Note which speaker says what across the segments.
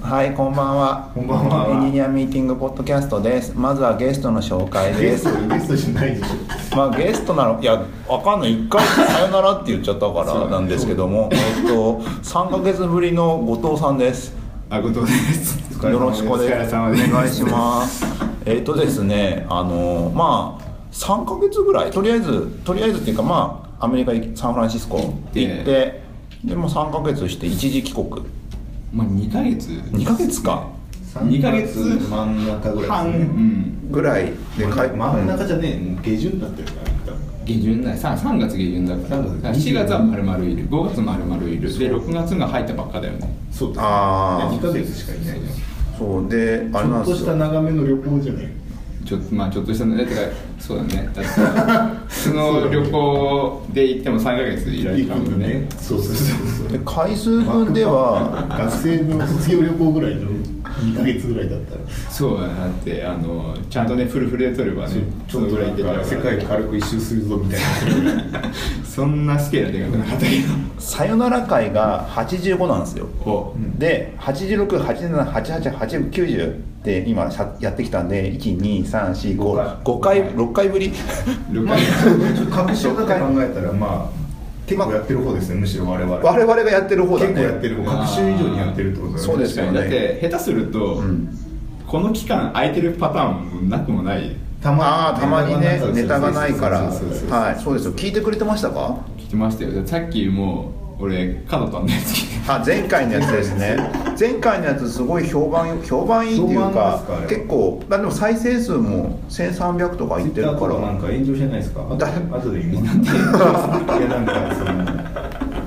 Speaker 1: はい、こんばんは。
Speaker 2: こんばんは
Speaker 1: エンジニアミーティングポッドキャストです。まずはゲストの紹介
Speaker 2: ゲ
Speaker 1: で
Speaker 2: ス
Speaker 1: す。
Speaker 2: トゲストじゃないでしょ
Speaker 1: まあゲストなのいやわかんない一回さよならって言っちゃったか
Speaker 2: そうだ
Speaker 1: ら
Speaker 2: ね
Speaker 1: なんですけども、えっと三ヶ月ぶりの後藤さんです。
Speaker 2: あ後藤ですお疲れ様
Speaker 1: よろしくお
Speaker 2: で
Speaker 1: 願
Speaker 2: すお疲れ様です
Speaker 1: いします。えっとですね、あのまあ三ヶ月ぐらいとりあえずとりあえずっていうかまあアメリカ行きサンフランシスコ行って
Speaker 2: 行って
Speaker 1: でも三ヶ月して一時帰国
Speaker 3: まあ2ヶ月
Speaker 1: 二ヶ月か
Speaker 3: 二ヶ月
Speaker 2: 真ん中ぐら
Speaker 3: 半、
Speaker 2: いうですね
Speaker 3: ん、
Speaker 1: ぐらい
Speaker 2: でかい真ん中
Speaker 1: うん
Speaker 2: じゃねえ下旬だったよ
Speaker 3: 下旬だ 3, 3月下旬だから
Speaker 2: 三月
Speaker 3: だから4月は丸々いる5月丸々いるで6月が入ったばっかだよね
Speaker 2: そうだ
Speaker 1: あー
Speaker 2: 2ヶ月しかいないじゃ
Speaker 1: そうであれなん
Speaker 2: んち
Speaker 1: で
Speaker 2: ょっと
Speaker 1: す
Speaker 2: した
Speaker 1: よ
Speaker 2: 長めの旅行じゃない
Speaker 3: ちょっとまあちょっとしたのだからそうだねだ ってさその旅行で行っても3ヶ月いられたもんね
Speaker 2: そうそうそうそ
Speaker 1: で
Speaker 2: う
Speaker 1: 回数分では
Speaker 2: 学生の卒業旅行ぐらいの2ヶ月ぐらいだったら
Speaker 3: そうだなってあのちゃんとねフルフルで撮ればね
Speaker 2: ちょっと
Speaker 3: そのぐらい出た
Speaker 2: なん
Speaker 3: から
Speaker 2: か世界軽く一周するぞみたいな
Speaker 3: そんなスケールでかくなかったけ
Speaker 1: さよなら会が85なんですよ
Speaker 3: どお
Speaker 1: で868788890って今さやってきたんで12345回6回ぶり
Speaker 3: 6
Speaker 2: まあ
Speaker 3: ヶ
Speaker 2: ち
Speaker 3: 月
Speaker 2: ょっと確証だけ考えたらまあ結構やってる方ですねむしろ我々
Speaker 1: 我々がやってる方だね
Speaker 2: 結構やってる各週以上にやってるってことだよね
Speaker 1: そうです
Speaker 3: 確かにだって下手すると、
Speaker 1: ん
Speaker 3: この期間空いてるパターンもなくもない
Speaker 2: たま
Speaker 1: ああたまにねネタがないから
Speaker 2: そうそうそうそう
Speaker 1: はいそうですよ聞いてくれてましたか
Speaker 3: 聞きましたよさっきもう俺角田のやつ 聞い
Speaker 1: あ前回のやつですね前回のやつすごい評判評判いいっていう
Speaker 2: 評判で
Speaker 1: か
Speaker 2: すかあれは
Speaker 1: 結構まあでも再生数も1300とかいってるか
Speaker 2: かららなんか炎上してないですか
Speaker 1: だ
Speaker 2: あとで言いますいやなんかその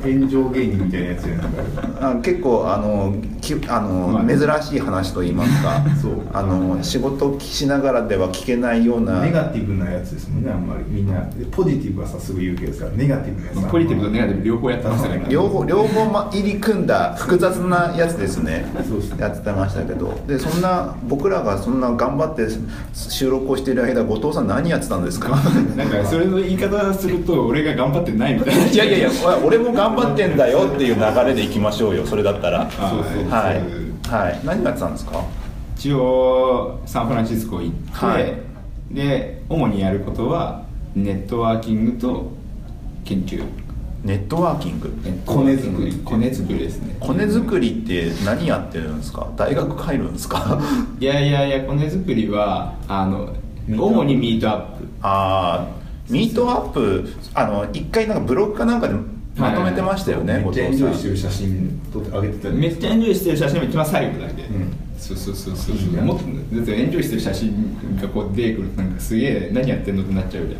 Speaker 2: 炎上芸人みたいなやつじゃないですか
Speaker 1: あ結構あのきあの、
Speaker 3: まあ
Speaker 1: 珍しい話と言いますか
Speaker 2: そう
Speaker 1: あの仕事しながらでは聞けないような
Speaker 2: ネガティブなやつですもんねあんまりみんなでポジティブはさすぐ言うけどさネガティブなやつ
Speaker 3: てポジティブとネガティブ両方やってました
Speaker 2: あ
Speaker 3: ね
Speaker 1: 両方両方ま入り組んだ複雑なやつですね
Speaker 2: そうですね
Speaker 1: やってましたけどでそんな僕らがそんな頑張って収録をしている間後藤さん何やってたんですか
Speaker 3: なんかそれの言い方すると俺が頑張ってないみたいない
Speaker 1: や いやいや俺も頑張ってんだよっていう流れでいきましょうよそれだったら
Speaker 3: あー
Speaker 2: そうそう
Speaker 1: はい
Speaker 3: そういう、
Speaker 1: はい、何やってたんですか
Speaker 3: 一応サンフランシスコ行って、
Speaker 1: はい
Speaker 3: で主にやることはネットワーキングと研究
Speaker 1: ネットワーキング
Speaker 2: コネ作り
Speaker 3: コネ作りですね
Speaker 1: コネ作りって何やってるんですか大学入るんですか
Speaker 3: いやいやいやコネ作りはあの
Speaker 2: ミートアップ
Speaker 3: 主にミートアップ
Speaker 1: ああミートアップあの一回なんかブログかなんかでまとめてましたよね、
Speaker 2: めっちゃ炎
Speaker 1: 後
Speaker 2: 上
Speaker 1: 藤
Speaker 2: して
Speaker 1: さん
Speaker 2: る写真撮ってあげてたよ
Speaker 3: めっちゃエンジョイしてる写真も一番最後だけ、
Speaker 2: ん
Speaker 3: そうそうそうそう
Speaker 2: いいね
Speaker 3: もっとだってエンジョイしてる写真がこう出てくるとなんかすげえ何やってんのってなっちゃうじゃん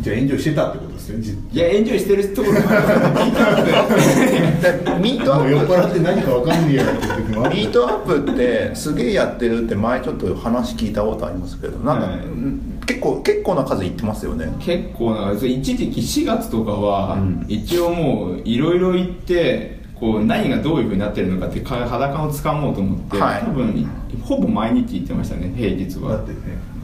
Speaker 2: じゃあ炎上してたってことですよじ
Speaker 3: いやエンジョイしてるところもあるからミートアップ
Speaker 1: でミートア
Speaker 2: もう酔っ
Speaker 1: ップ
Speaker 2: 払って何かわかんねえよって時もある
Speaker 1: ミートアップってすげえやってるって前ちょっと話聞いたことありますけどなんか、
Speaker 3: はい
Speaker 1: うん結構結構な数言ってますよね
Speaker 3: 結構なそれ一時期4月とかは、
Speaker 1: うん
Speaker 3: 一応もういろいろ行ってこう何がどういうふうになってるのかってか裸をつかもうと思って、
Speaker 1: はい
Speaker 3: 多分ほぼ毎日行ってましたね平日
Speaker 2: だ
Speaker 3: は
Speaker 2: ってね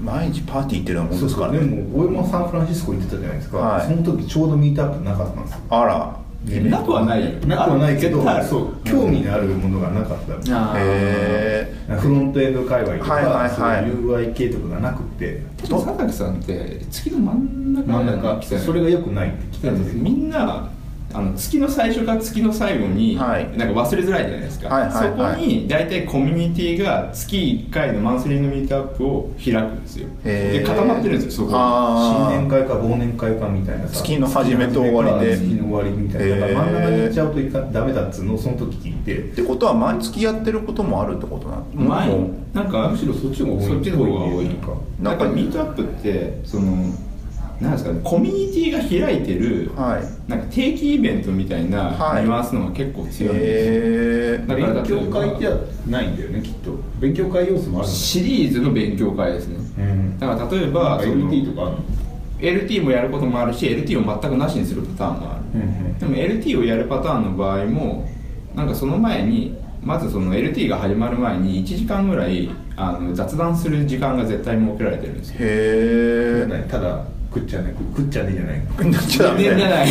Speaker 1: 毎日パーティー行ってるようなもん
Speaker 2: そう
Speaker 1: で
Speaker 2: です
Speaker 1: すか
Speaker 2: からね
Speaker 1: ね
Speaker 2: もう俺もサンフランシスコ行ってたじゃないですか、
Speaker 1: はい
Speaker 2: その時ちょうどミートアップなかったんですよ
Speaker 1: あら
Speaker 3: えなくはないよ
Speaker 2: なくはないけど
Speaker 3: 絶対ある
Speaker 2: そう興味のあるものがなかった、
Speaker 3: あー
Speaker 1: へえ
Speaker 2: フロントエンド界隈とか、
Speaker 1: はいはいはい
Speaker 2: そういう UI 系とかがなくて
Speaker 3: でも佐竹さんって月の真ん中
Speaker 2: 真ん中
Speaker 3: 来たよね
Speaker 2: それが良くないって聞いたんですよ
Speaker 3: みんなあの月の最初から月の最後に、
Speaker 1: はい
Speaker 3: なんか忘れづらいじゃないですか、
Speaker 1: はいはいはい
Speaker 3: そこに大体コミュニティが月1回のマンスリーのミートアップを開くんですよ
Speaker 1: へー
Speaker 3: で固まってるんですよそこに
Speaker 1: あ
Speaker 2: 新
Speaker 1: ー
Speaker 2: 年会か忘年会かみたいなさ
Speaker 1: 月の始めと終わりで
Speaker 2: 月の終わりみたいなだから真ん中に行っちゃうといかダメだっつうのをその時聞いて
Speaker 1: ってことは毎月やってることもあるってことなの
Speaker 3: 前
Speaker 1: もう
Speaker 3: なんか
Speaker 2: むしろそっちの方が多い
Speaker 3: そっちの方が多い
Speaker 2: なんか
Speaker 3: なんかミートアップってそのなんですかねコミュニティが開いてる、
Speaker 1: はい
Speaker 3: なんか定期イベントみたいな
Speaker 1: はい
Speaker 3: ニュアンスのが結構強いんですよ、
Speaker 1: へ
Speaker 3: だから
Speaker 2: 勉強会じゃないんだよねきっと勉強会要素もあるんだ
Speaker 3: シリーズの勉強会ですね、
Speaker 2: うん
Speaker 3: だから例えばその
Speaker 2: LT とかあるの
Speaker 3: LT もやることもあるし LT を全くなしにするパターンもある、でも LT をやるパターンの場合もなんかその前にまずその LT が始まる前に1時間ぐらいあの雑談する時間が絶対設けられてるんですよ
Speaker 1: えへえ
Speaker 2: 何ただ食っちゃね食っちゃねじゃない
Speaker 1: 寝ちゃダメ
Speaker 3: 寝てない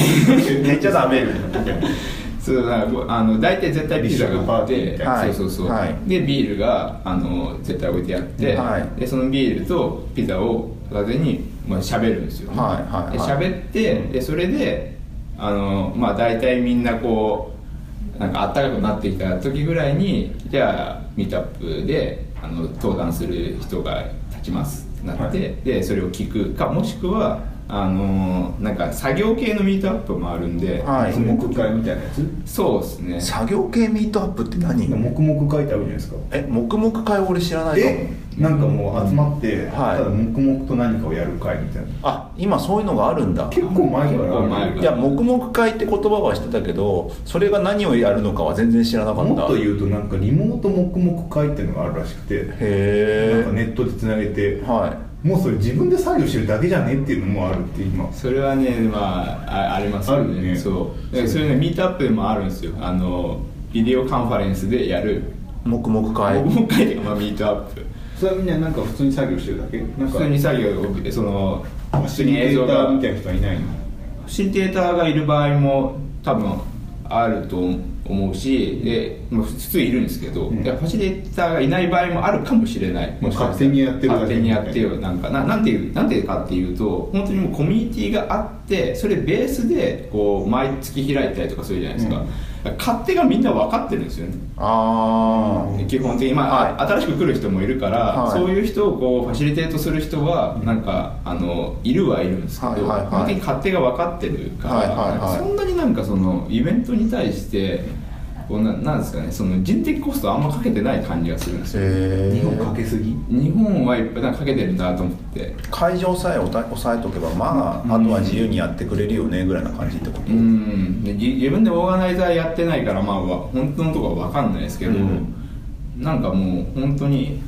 Speaker 1: 寝ちゃダメ
Speaker 3: そそうだからあの大体絶対ピザがあっ
Speaker 2: ピ
Speaker 3: て
Speaker 2: ザ
Speaker 1: がパーティーみたいな
Speaker 3: そうそうそう、
Speaker 1: はいはい
Speaker 3: でビールがあの絶対置いてあって、
Speaker 1: はい
Speaker 3: でそのビールとピザを片手にまあ喋るんですよ、
Speaker 1: はいはい
Speaker 3: で
Speaker 1: はい
Speaker 3: 喋ってでそれであのまあ大体みんなこうなんか暖かくなってきた時ぐらいにじゃあミートアップであの登壇する人が立ちますってなって、
Speaker 2: はい
Speaker 3: でそれを聞くかもしくはあのなんか作業系のミートアップもあるんで、
Speaker 1: はい
Speaker 2: 黙々会みたいなやつ
Speaker 3: そうです ね
Speaker 1: 作業系ミートアップって何
Speaker 2: 黙々会ってあるじゃないですか
Speaker 1: え黙々会俺知らないかも
Speaker 2: えなんかもう集まって、
Speaker 1: はい
Speaker 2: ただ黙々と何かをやる会みたいな
Speaker 1: あ今そういうのがあるんだ
Speaker 2: 結構前から
Speaker 3: 結構前
Speaker 1: いや黙々会って言葉は知ってたけどそれが何をやるのかは全然知らなかった
Speaker 2: もっと言うとなんかリモート黙々会っていうのがあるらしくてなん
Speaker 1: へ
Speaker 2: かネットでつなげて
Speaker 1: えはい
Speaker 2: もうそれ自分で作業してるだけじゃねっていうのもあるって今
Speaker 3: それはねまああありますよ
Speaker 2: あ
Speaker 3: ね
Speaker 2: るね
Speaker 3: そうでそれねミートアップでもあるんですよあのビデオカンファレンスでやる
Speaker 1: 黙々会
Speaker 3: 僕も書いてまあミートアップ
Speaker 2: それはみんななんか普通に作業してるだけなん
Speaker 3: 普
Speaker 2: か
Speaker 3: 通に作業をその
Speaker 2: ファ
Speaker 3: 普
Speaker 2: シ
Speaker 3: 通
Speaker 2: リ
Speaker 3: に
Speaker 2: テ
Speaker 3: 映
Speaker 2: ー
Speaker 3: 像
Speaker 2: ター
Speaker 3: が
Speaker 2: みたいな人はいないの
Speaker 3: ファシリテーターがいる場合も多分あると思うしで、まあ、普通いるんですけど、
Speaker 2: うん
Speaker 3: でファシリテーターがいない場合もあるかもしれないもしかしたら
Speaker 2: 勝手にやってるだけ
Speaker 3: 勝手にやってよなんかななんていうなんていうかっていうと本当にもうコミュニティがあってそれベースでこう毎月開いたりとかするじゃないですか、
Speaker 2: うん
Speaker 3: だから勝手がみんな分かってるんですよね
Speaker 1: あー
Speaker 3: 基本的に、まあ
Speaker 1: は
Speaker 3: 新しく来る人もいるから、
Speaker 1: はい
Speaker 3: そういう人をこうファシリテートする人はなんかあのいるはいるんですけど、
Speaker 1: はいはいはい
Speaker 3: 基本的に勝手が分かってるから、
Speaker 1: はいはいはい
Speaker 3: そんなになんかそのイベントに対してこうななんですかねその人的コストあんまかけてない感じがするんですよ
Speaker 1: へ
Speaker 2: 日本か
Speaker 1: え
Speaker 2: けすぎ
Speaker 3: 日本はいっぱいなんかかけてるなと思って
Speaker 1: 会場さえおた押さえとけばまあ、
Speaker 3: うん
Speaker 1: あとは自由にやってくれるよねぐらいな感じってこと、
Speaker 3: うんでじ自分でオーガナイザーやってないからまあわ本当のとこは分かんないですけど、
Speaker 1: うん
Speaker 3: なんかもう本当に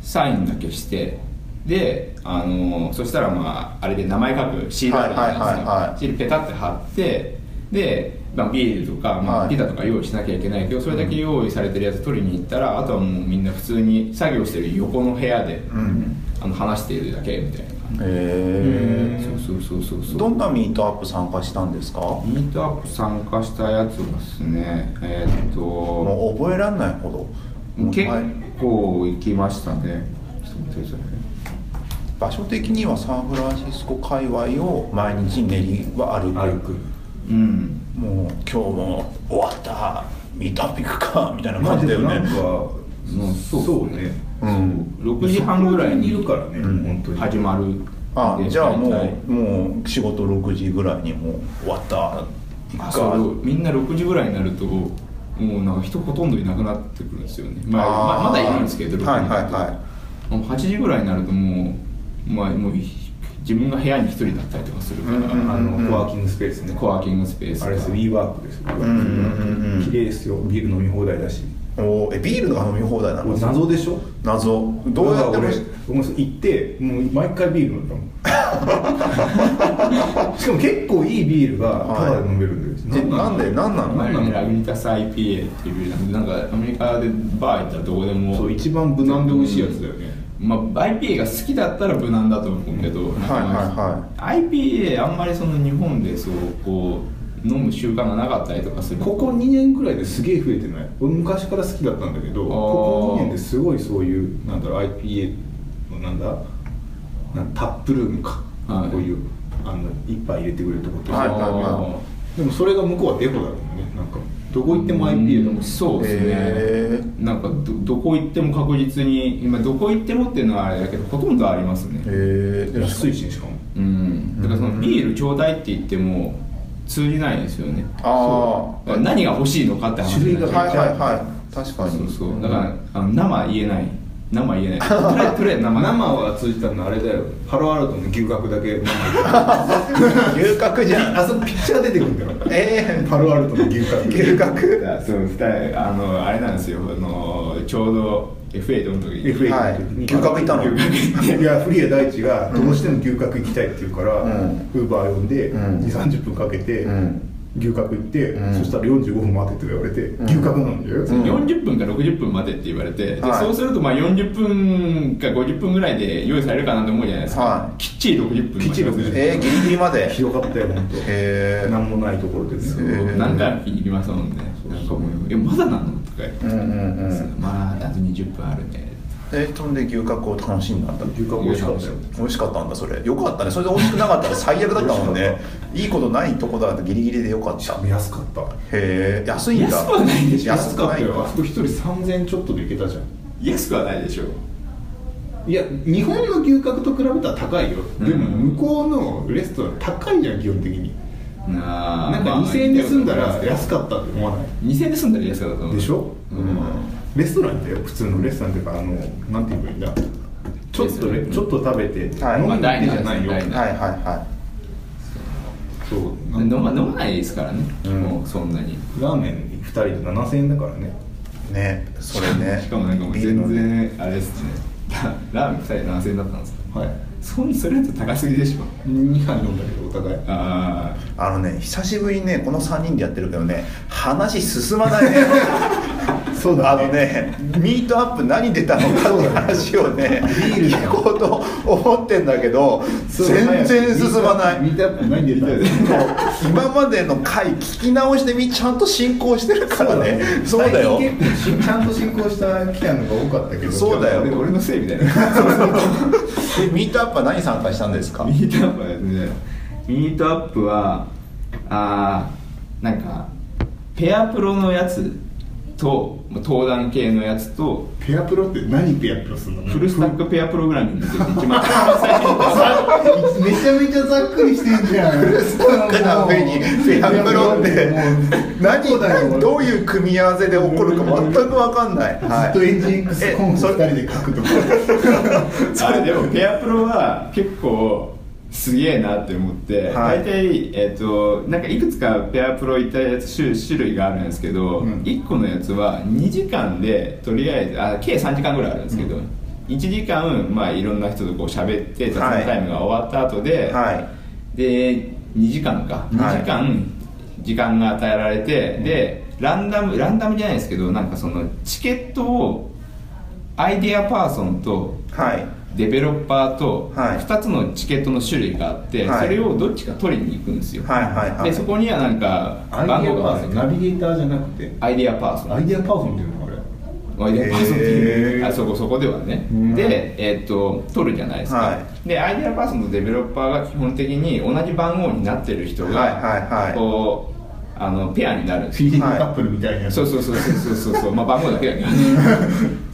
Speaker 3: サインだけしてであのそしたらまああれで名前書くシールあるじゃないですか、
Speaker 1: はいはいはいはい
Speaker 3: シールペタって貼ってで、まあ、ビールとか、ま
Speaker 1: は
Speaker 3: あ、
Speaker 1: い
Speaker 3: ピザとか用意しなきゃいけないけど、それだけ用意されてるやつ取りに行ったらあとはもうみんな普通に作業してる横の部屋で、
Speaker 1: うん
Speaker 3: あの話しているだけみたいな感
Speaker 1: へ
Speaker 3: じ、
Speaker 1: え
Speaker 3: そうそうそうそうそう
Speaker 1: どんなミートアップ参加したんですかも
Speaker 3: ミートアップ参加したやつがですねえーっと
Speaker 1: う覚えられないほどもう
Speaker 3: 結
Speaker 1: はい
Speaker 3: 構行きましたねちょっと待ってくださいね
Speaker 1: 場所的にはサンフランシスコ界隈を毎日練りは歩く
Speaker 2: 歩く
Speaker 3: うん
Speaker 1: もう今日も終わったミートアップ行くかみたいな感じだよ
Speaker 2: なん
Speaker 1: ね
Speaker 2: か
Speaker 3: うん
Speaker 2: そ
Speaker 3: そうう
Speaker 2: ね
Speaker 1: うん
Speaker 3: 6時半ぐらい
Speaker 2: いる
Speaker 3: に
Speaker 2: からね、
Speaker 1: うん
Speaker 2: 本当に
Speaker 3: 始まる
Speaker 1: あ
Speaker 3: で
Speaker 1: じゃあも
Speaker 3: 大体
Speaker 1: うもう仕事6時ぐらいにもう終わった
Speaker 3: あそ
Speaker 1: 行
Speaker 3: うみんな6時ぐらいになるともうなんか人ほとんどいなくなってくるんですよね、まあ、
Speaker 1: あー
Speaker 3: ままだいるんですけど6時
Speaker 1: はい
Speaker 3: になると
Speaker 1: はいは
Speaker 3: もう8時ぐらいになるともう,、まあ、もう自分が部屋に一人だったりとかするから、
Speaker 1: うんうん
Speaker 2: あのコワーキングスペースね
Speaker 3: コワーキングスペースと
Speaker 2: あ
Speaker 3: か
Speaker 2: れです WeWork ですよ
Speaker 1: んうんうん
Speaker 2: 綺麗ですよビール飲み放題だし
Speaker 1: かおーえビールが飲み放題な
Speaker 2: これ
Speaker 1: の
Speaker 2: 謎でしょ
Speaker 1: 謎どうやって
Speaker 2: だから
Speaker 1: も
Speaker 2: 俺俺行ってもう毎回ビール飲んだもんしかも結構いいビールが
Speaker 1: はい
Speaker 2: タダで飲めるんです、
Speaker 1: でなんでなんなの
Speaker 3: 前にラグニタス IPA っていうなんかなんかアメリカでバー行ったらどこでも
Speaker 2: そう一番無難で美味しいやつだよね、
Speaker 3: まあ、IPA が好きだったら無難だと思うけど、
Speaker 1: はいは
Speaker 3: IPA あんまりその日本でそうこう飲む習慣がなかったりとかする
Speaker 2: ここ2年くらいですげえ増えてない俺昔から好きだったんだけど
Speaker 3: あー
Speaker 2: ここ2年ですごいそういうなんだろう IPA のなんだなんタップルームか、
Speaker 3: はい
Speaker 2: こういうあの一杯入れてくれるとこって、
Speaker 1: はい
Speaker 3: あー
Speaker 1: はいは
Speaker 2: でもそれが向こうはデコだもんねなんかどこ行っても IPA だもん
Speaker 3: うんそうですね、
Speaker 1: へ
Speaker 3: なんかどどこ行っても確実に今どこ行ってもっていうのはあれだけどほとんどありますね
Speaker 1: へえ
Speaker 2: 安いししかも
Speaker 3: うんだからそのビールちょうだいって言っても通じないんですよね
Speaker 1: あ
Speaker 3: だから何が欲しいのかって話
Speaker 2: 種類
Speaker 3: に
Speaker 1: あ
Speaker 3: な
Speaker 1: は
Speaker 3: っ
Speaker 1: い
Speaker 3: ち
Speaker 2: が
Speaker 3: ゃう
Speaker 1: はいはい確か
Speaker 3: そ
Speaker 1: に
Speaker 3: うそうだからあの生言えない生言 えないとりあえずとりあえず生
Speaker 2: 生は通じたのあれだよハローアルトの牛角だけ
Speaker 1: 牛角じゃん
Speaker 2: あそこピッチャー出てくるんだよ
Speaker 1: え
Speaker 2: ハローアルトの牛角
Speaker 1: え牛 角
Speaker 3: だそう二人あのあれなんですよあのちょうど F8 の時に
Speaker 2: FA
Speaker 1: はい牛角いたの
Speaker 2: いやフリー大地がどうしても牛角行きたいって言うからウ
Speaker 1: うん
Speaker 2: ーバー呼んで
Speaker 1: うん
Speaker 2: 2 3 0分かけて
Speaker 1: うん
Speaker 2: 牛角行って、
Speaker 1: うん
Speaker 2: そしたら45分待てって言われて、牛角なんだよ、
Speaker 3: 40分か60分までって言われて、で
Speaker 1: はい
Speaker 3: そうするとまあ40分か50分ぐらいで用意されるかなって思うじゃないですか、
Speaker 1: は
Speaker 3: きっちり60分
Speaker 2: きっちり60分
Speaker 1: えー、ギリギリまで
Speaker 2: ひどかったよ本当
Speaker 1: へ
Speaker 2: なんもないところでね
Speaker 1: へー
Speaker 3: 何回も聞きましたもんねなんかもう「えまだなの?」とか言って
Speaker 1: うんうんうん
Speaker 3: まああと20分あるね
Speaker 1: え飛んで牛角を楽しんだんだ
Speaker 2: 牛角美味しかったよ
Speaker 1: 美味しかったんだそれよかったねそれで美味しくなかったら最悪だったもん
Speaker 2: 美
Speaker 1: ね
Speaker 2: 味し
Speaker 1: いいことないとこだとギリギリでよかっ
Speaker 2: したか
Speaker 1: へ
Speaker 2: も安かった
Speaker 1: え安いんだ
Speaker 3: 安くはないでしょ
Speaker 1: 安く
Speaker 2: だっ
Speaker 1: な
Speaker 2: て
Speaker 1: い
Speaker 2: あ
Speaker 1: か
Speaker 2: そこ一人3000ちょっとで行けたじゃん
Speaker 3: 安くはないでしょ
Speaker 2: いや日本の牛角と比べたら高いよ、でも
Speaker 3: うん
Speaker 2: 向こうのレストラン高いじゃん基本的に
Speaker 3: な
Speaker 2: なんか2000円で済んだら安かったって思わない
Speaker 3: 2000円で済んだら安かったと思う
Speaker 2: でしょ、
Speaker 3: う
Speaker 2: うんレストランだよ普通のレストランっていうかあのなんて言えばいいんだちょっと
Speaker 3: レ
Speaker 2: ね、
Speaker 3: ストラン
Speaker 2: ちょっと食べて、
Speaker 1: はい
Speaker 2: 飲んでじゃないよ、
Speaker 3: まあダイナーですね
Speaker 1: はいはいは
Speaker 2: そう
Speaker 3: 飲ま飲まないですからね、
Speaker 1: うん
Speaker 3: もうそんなに
Speaker 2: ラーメン2人で7000円だからね
Speaker 1: いねそれね
Speaker 3: しかもなんかもう
Speaker 1: ビールの
Speaker 3: 全
Speaker 1: ね
Speaker 3: 然あれですね ララーメン2人7000円だったんですよ
Speaker 2: はい
Speaker 3: そんそれだと高すぎでしょ
Speaker 2: 2杯飲んだけどお互い
Speaker 3: ああ
Speaker 1: あのね久しぶりにねこの3人でやってるけどね話進まないね
Speaker 2: そう
Speaker 1: あ
Speaker 2: だね
Speaker 1: のねミートアップ何出たのかって話をね
Speaker 2: ルだ
Speaker 1: 聞こうと思ってんだけど
Speaker 2: そうだね
Speaker 1: 全然進まない
Speaker 2: 見たないんでたよね
Speaker 1: 今までの回聞き直してみちゃんと進行してるからねそうだよ
Speaker 2: 最近結構しちゃんと進行した期間のが多かったけど
Speaker 1: そうだよ
Speaker 3: 俺俺のせいみたいな
Speaker 1: えミートアップは何参加したんですか
Speaker 3: ミートアップはですねミートアップはあーなんかペアプロのやつとまあ登壇系のやつと
Speaker 2: ペアプロって何ペアプロするの
Speaker 3: フルスタックペアプログラミングって言って一番最初に
Speaker 2: めちゃめちゃざっくりしてんじゃんフルスタッ
Speaker 1: クな上にペアプロって何何どういう組み合わせで起こるか全く分かんない、
Speaker 2: ずっと
Speaker 1: は
Speaker 2: エンジン X コンフ2人で書くとか
Speaker 3: あれでもペアプロは結構すげえなって思って、
Speaker 1: はい
Speaker 3: 大体、えっとなんかいくつかペアプロいたやつ種種類があるんですけど、
Speaker 2: うん
Speaker 3: 1個のやつは2時間でとりあえずあ計3時間ぐらいあるんですけど、1時間、まあ、いろんな人とこう喋って雑
Speaker 1: は
Speaker 3: 談
Speaker 1: い
Speaker 3: タイムが終わった後で、
Speaker 1: い、はい
Speaker 3: で2時間か2時間時間が与えられて、でランダムランダムじゃないですけどなんかそのチケットをアイデアパーソンと
Speaker 1: はい
Speaker 3: デベロッパーと
Speaker 1: はい
Speaker 3: 2つのチケットの種類があって、
Speaker 1: はい
Speaker 3: それをどっちか取りに行くんですよ、
Speaker 1: はいはいはい
Speaker 3: でそこにはなんか
Speaker 2: アイデ
Speaker 3: 番
Speaker 2: ア
Speaker 3: 号
Speaker 2: パ
Speaker 3: が
Speaker 2: ーソン
Speaker 3: あ
Speaker 2: ナ
Speaker 3: る
Speaker 2: ビゲーターじゃなくて
Speaker 3: アイデアパーソン
Speaker 2: アイデアパーソンっていうのあれ
Speaker 3: アイデアパーソンっていう、
Speaker 1: へー
Speaker 3: あそこそこではね、
Speaker 2: うん
Speaker 3: で、えーっと取るじゃないですか、
Speaker 1: は
Speaker 3: でアイデアパーソンとデベロッパーが基本的に同じ番号になってる人が、
Speaker 1: はいはいはい
Speaker 3: こうあのペアになるんですよ
Speaker 2: フィーリングカップルみたいなやつ、
Speaker 3: そうそうそうそうそうそうそうまあ番号だけだけど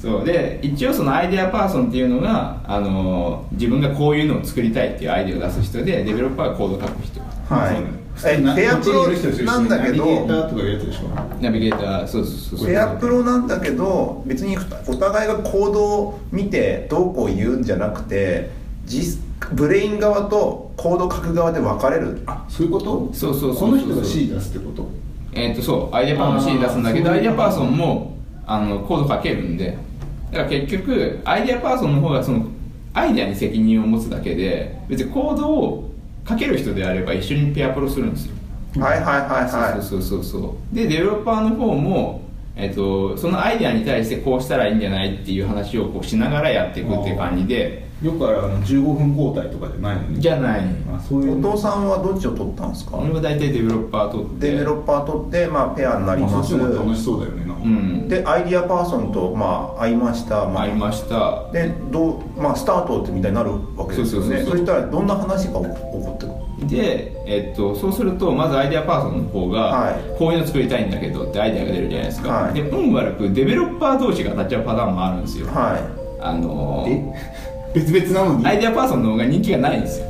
Speaker 3: そうで一応そのアイデアパーソンっていうのが、あのー自分がこういうのを作りたいっていうアイデアを出す人でデベロッパーがコード書く人
Speaker 1: はい
Speaker 2: そう
Speaker 1: えペアプロなんだけ
Speaker 2: ナビゲータ
Speaker 1: ど
Speaker 2: ーとかいうやつでしょ
Speaker 3: ナビゲーターそうそうそうそう
Speaker 1: ペアプロなんだけど別にお互いが行動を見てどうこう言うんじゃなくて実ブレイン側と行動書く側で分かれる
Speaker 2: あそういうこと
Speaker 3: そうそうそう
Speaker 2: この人が C 出すってこと
Speaker 3: えーっとそうアイデアパーソンの C 出すんだけど
Speaker 2: あー
Speaker 3: アイデアパーソンもあのコード書けるんでだから結局アイデアパーソンの方がそのアイデアに責任を持つだけで別にコードを書ける人であれば一緒にペアプロするんですよ
Speaker 1: はいはいはいはい
Speaker 3: そうそうそうそうでデベロッパーの方も、えっとそのアイデアに対してこうしたらいいんじゃないっていう話をこうしながらやっていくっていう感じで
Speaker 2: よくあるあの15分交代とかじゃないのね
Speaker 3: じゃない
Speaker 2: あそういう
Speaker 1: お
Speaker 2: の
Speaker 1: 父さんはどっちを取ったんですか
Speaker 3: 俺は大体デベロッパー取って
Speaker 1: デベロッパー取って、まあ、ペアになり
Speaker 2: ま
Speaker 1: ま
Speaker 2: あ、
Speaker 1: す、
Speaker 2: そっちの方が楽しそうだよねなんか
Speaker 3: うん
Speaker 1: でアイディアパーソンと、まあ、会いました、まあ
Speaker 3: ありました
Speaker 1: でどう、まあ、スタートってみたいになるわけですよね
Speaker 3: そうそうそうそ
Speaker 1: そ
Speaker 3: う
Speaker 1: したらどんな話が起こってくる
Speaker 3: で、えっと、そうするとまずアイデアパーソンの方が、
Speaker 1: はい
Speaker 3: こういうの作りたいんだけどってアイデアが出るじゃないですか、
Speaker 1: はい
Speaker 3: で運悪くデベロッパー同士が当たっちゃうパターンもあるんですよ
Speaker 1: はい
Speaker 3: あのー
Speaker 2: え別々なのに
Speaker 3: アイデアパーソンの方が人気がないんですよ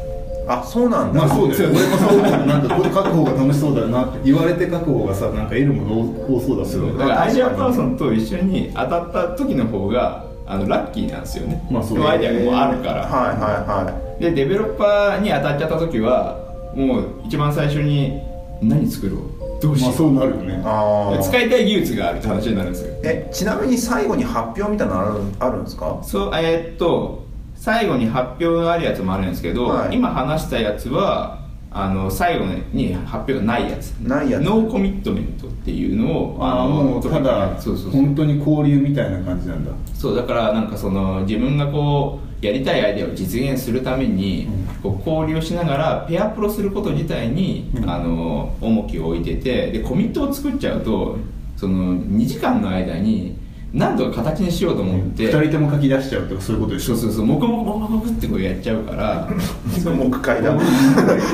Speaker 1: あそうなんだ、
Speaker 2: まあそうだよ、ね、俺もそう思うなんかこれ書く方が楽しそうだよなって言われて書く方がさなんか得るもの多そうだもん
Speaker 3: だからアイデアパーソ
Speaker 1: ン
Speaker 3: ンと一緒に当たった時の方があのラッキーなんですよね、
Speaker 2: まあそう
Speaker 3: でもアイデアがもうあるか
Speaker 1: はい
Speaker 3: ら、
Speaker 1: はいはい
Speaker 3: でデベロッパーに当たっちゃった時はもう一番最初に何作ろうどうし
Speaker 2: ま
Speaker 3: よ
Speaker 2: あそうなるよね
Speaker 1: あ
Speaker 3: う、
Speaker 1: あ
Speaker 3: 使いたい技術があるって話になるんですよ
Speaker 1: えちなみに最後に発表みたいなのあるあるんですか
Speaker 3: そうえーっと最後に発表があるやつもあるんですけど、
Speaker 1: はい
Speaker 3: 今話したやつはあの最後に発表がないやつ
Speaker 4: ないやつ
Speaker 3: ノーコミットメントっていうのを
Speaker 2: ああ
Speaker 3: の
Speaker 2: もうただ
Speaker 3: そうそうそう
Speaker 2: 本当に交流みたいな感じなんだ
Speaker 3: そうだからなんかその自分がこうやりたいアイデアを実現するために、こう交流しながらペアプロすること自体に、
Speaker 2: うん
Speaker 3: あの重きを置いててでコミットを作っちゃうとその2時間の間に何とか形にしようと思って、
Speaker 2: 2人とも書き出しちゃうとかそういうことでしょ
Speaker 3: そうそうそうモコモコモコモコってこうやっちゃうから
Speaker 4: そう木 階だ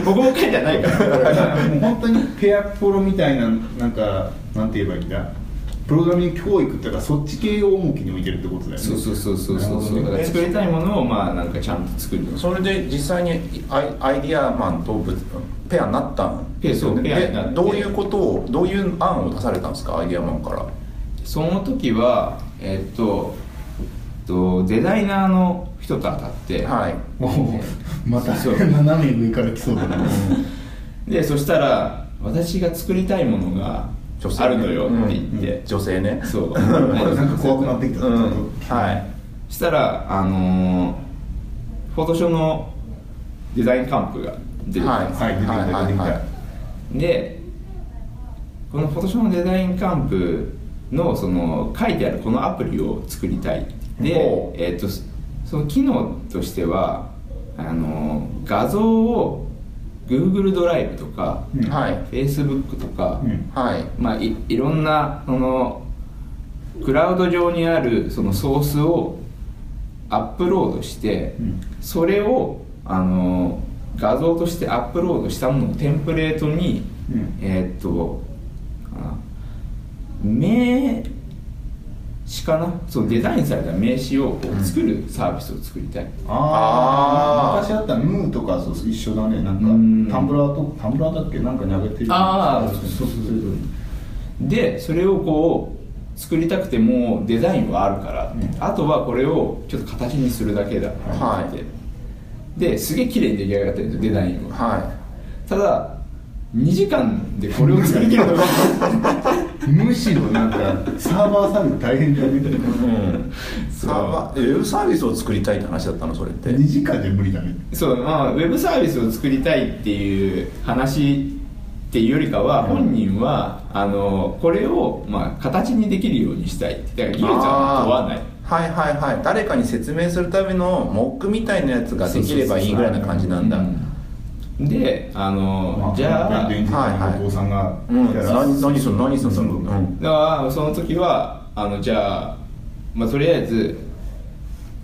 Speaker 3: 僕も書いてないから
Speaker 2: だ からもう本当にペアプロみたいななんかなんて言えばいいんだプログラミング教育っていうかそっち系を重きに置いてるってことだよね
Speaker 3: そうそうそうそうそうそ
Speaker 2: なるほど
Speaker 3: うだか
Speaker 2: ね
Speaker 3: ら作りたいものをまあなんかちゃんと作る
Speaker 1: それで実際にアイアイディアマンとぶペアになったんですよね
Speaker 3: ペアそうペアになって
Speaker 1: でどういうことをどういう案を出されたんですかアイディアマンから
Speaker 3: その時はえっとえっとデザイナーの人と当たって、
Speaker 1: はい
Speaker 2: おおまた
Speaker 3: そう
Speaker 2: 斜め上から来そうだな
Speaker 3: でそしたら私が作りたいものが
Speaker 1: 女性
Speaker 3: あるのよって言って、
Speaker 1: 女性ね
Speaker 3: そう
Speaker 2: なんか怖くなってきた、
Speaker 1: うんはい
Speaker 3: そしたらあのーフォトショーのデザインカンプが出てきたんですよ
Speaker 2: はい出てきた
Speaker 1: はい
Speaker 2: 出てきた、
Speaker 1: はいはい
Speaker 3: でこのフォトショーのデザインカンプのその書いてあるこのアプリを作りたいで
Speaker 1: ほ、
Speaker 3: えー、とそその機能としてはあの画像を Google ドライブとか、
Speaker 2: うん
Speaker 1: はい
Speaker 3: Facebook とか、
Speaker 2: うん
Speaker 1: はい
Speaker 3: まあ、いいろんなそのクラウド上にあるそのソースをアップロードして、
Speaker 2: うん
Speaker 3: それをあの画像としてアップロードしたものをテンプレートに、
Speaker 2: うん
Speaker 3: えーっとあ名詞かなそうデザインされた名詞をこう作るサービスを作りたい、
Speaker 2: あ
Speaker 1: あー
Speaker 2: あ昔あったムーとかそう一緒だねなんか
Speaker 3: うん
Speaker 2: タンブラーとタンブラーだっけなんかに上げてる
Speaker 3: あー
Speaker 2: そうそうそう
Speaker 3: でそれをこう作りたくてもデザインはあるから、
Speaker 2: うん
Speaker 3: あとはこれをちょっと形にするだけだって言って、
Speaker 1: はい
Speaker 3: ですげえ綺麗に出来上がってるんですよデザインは、
Speaker 1: は
Speaker 3: ただ2時間でこれを作り切るのが
Speaker 2: むしろなんかサーバーさんが大変だね
Speaker 1: いうん
Speaker 3: そう
Speaker 1: サーバーウェブサービスを作りたいって話だったのそれって
Speaker 2: 2時間じゃ無理だね
Speaker 3: そうまあウェブサービスを作りたいっていう話っていうよりかは本人は、あのこれを、まあ、形にできるようにしたいだから技術は問わない
Speaker 1: あーはいはいはい誰かに説明するためのモックみたいなやつができればいいぐらいな感じなんだ
Speaker 3: うんであの、
Speaker 2: ま
Speaker 3: じゃあ
Speaker 2: 弁天のお父さんが
Speaker 1: うん
Speaker 2: 来たら
Speaker 1: 何何その何そのうん
Speaker 3: だからその時はあのじゃあ、まあ、とりあえず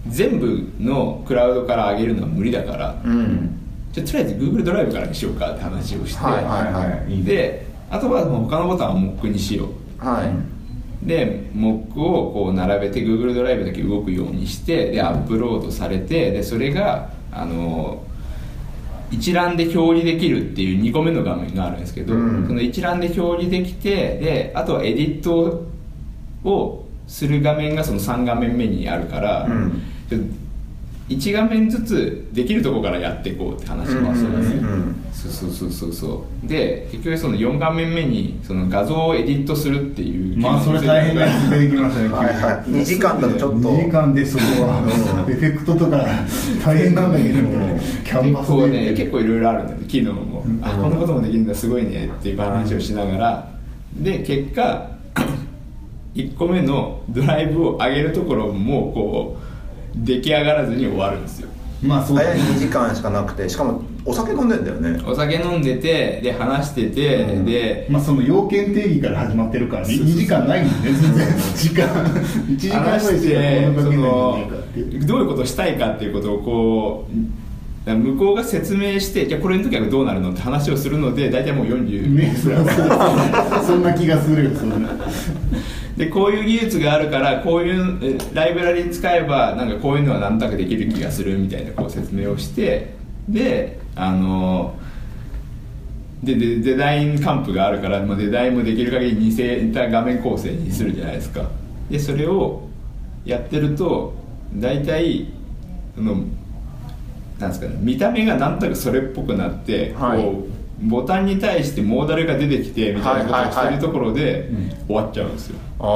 Speaker 3: 全部のクラウドから上げるのは無理だから
Speaker 1: うん
Speaker 3: じゃあとりあえず Google ドライブからにしようかって話をして、
Speaker 1: はい
Speaker 2: はいはいいいね
Speaker 3: であとはもう他のボタンはモックにしよ
Speaker 1: はい、
Speaker 3: うでモックをこう並べて Google ドライブだけ動くようにしてでアップロードされてでそれがあの一覧で表示できるっていう2個目の画面があるんですけど、
Speaker 1: うん
Speaker 3: その一覧で表示できてであとはエディットをする画面がその3画面目にあるから、
Speaker 1: うん
Speaker 3: ちょ1画面ずつできるとこからやっていこうって話もそうですね
Speaker 1: うんうんうんうん
Speaker 3: そうそうそうそうそうで結局その4画面目にその画像をエディットするっていう
Speaker 2: まあそれ大変なやつ出てきましたね
Speaker 4: はいはい2時間だとちょっと
Speaker 2: 2時間でそこはエフェクトとか大変なんだけどキャンバ
Speaker 3: 結構
Speaker 2: ス
Speaker 3: ね
Speaker 2: で
Speaker 3: 結構いろいろあるんだよね機能も、あこんなこともできるんだすごいねっていう話をしながらで結果 1個目のドライブを上げるところもこう出来上がらずに終わるんですよ
Speaker 2: まあそうだ
Speaker 4: 早い
Speaker 2: ね
Speaker 4: 2時間しかなくてしかもお酒飲んでんだよね
Speaker 3: お酒飲んでてで話してて、で
Speaker 2: まあその要件定義から始まってるから2時間ないもんね全然 時間1時間ぐらい
Speaker 3: 話
Speaker 2: しか
Speaker 3: して
Speaker 2: こんなか
Speaker 3: そ
Speaker 2: けないんじゃない
Speaker 3: の
Speaker 2: かっていう
Speaker 3: どういうことしたいかっていうことをこうだから向こうが説明してじゃあこれの時はどうなるのって話をするので大体もう40、
Speaker 2: ねそれはそうそんな気がするよそんな
Speaker 3: でこういう技術があるからこういうえライブラリ使えばなんかこういうのは何となくできる気がするみたいなこう説明をしてであのででデザインカンプがあるから、まあ、デザインもできる限り似せた画面構成にするじゃないですかでそれをやってると大体そのなんですかね見た目がなんとなくそれっぽくなって、
Speaker 1: はい
Speaker 3: こうボタンに対してモーダルが出てきてみたいなことをしてるところで
Speaker 2: いはい
Speaker 3: 終わっちゃうんですよ、
Speaker 1: あ
Speaker 2: ま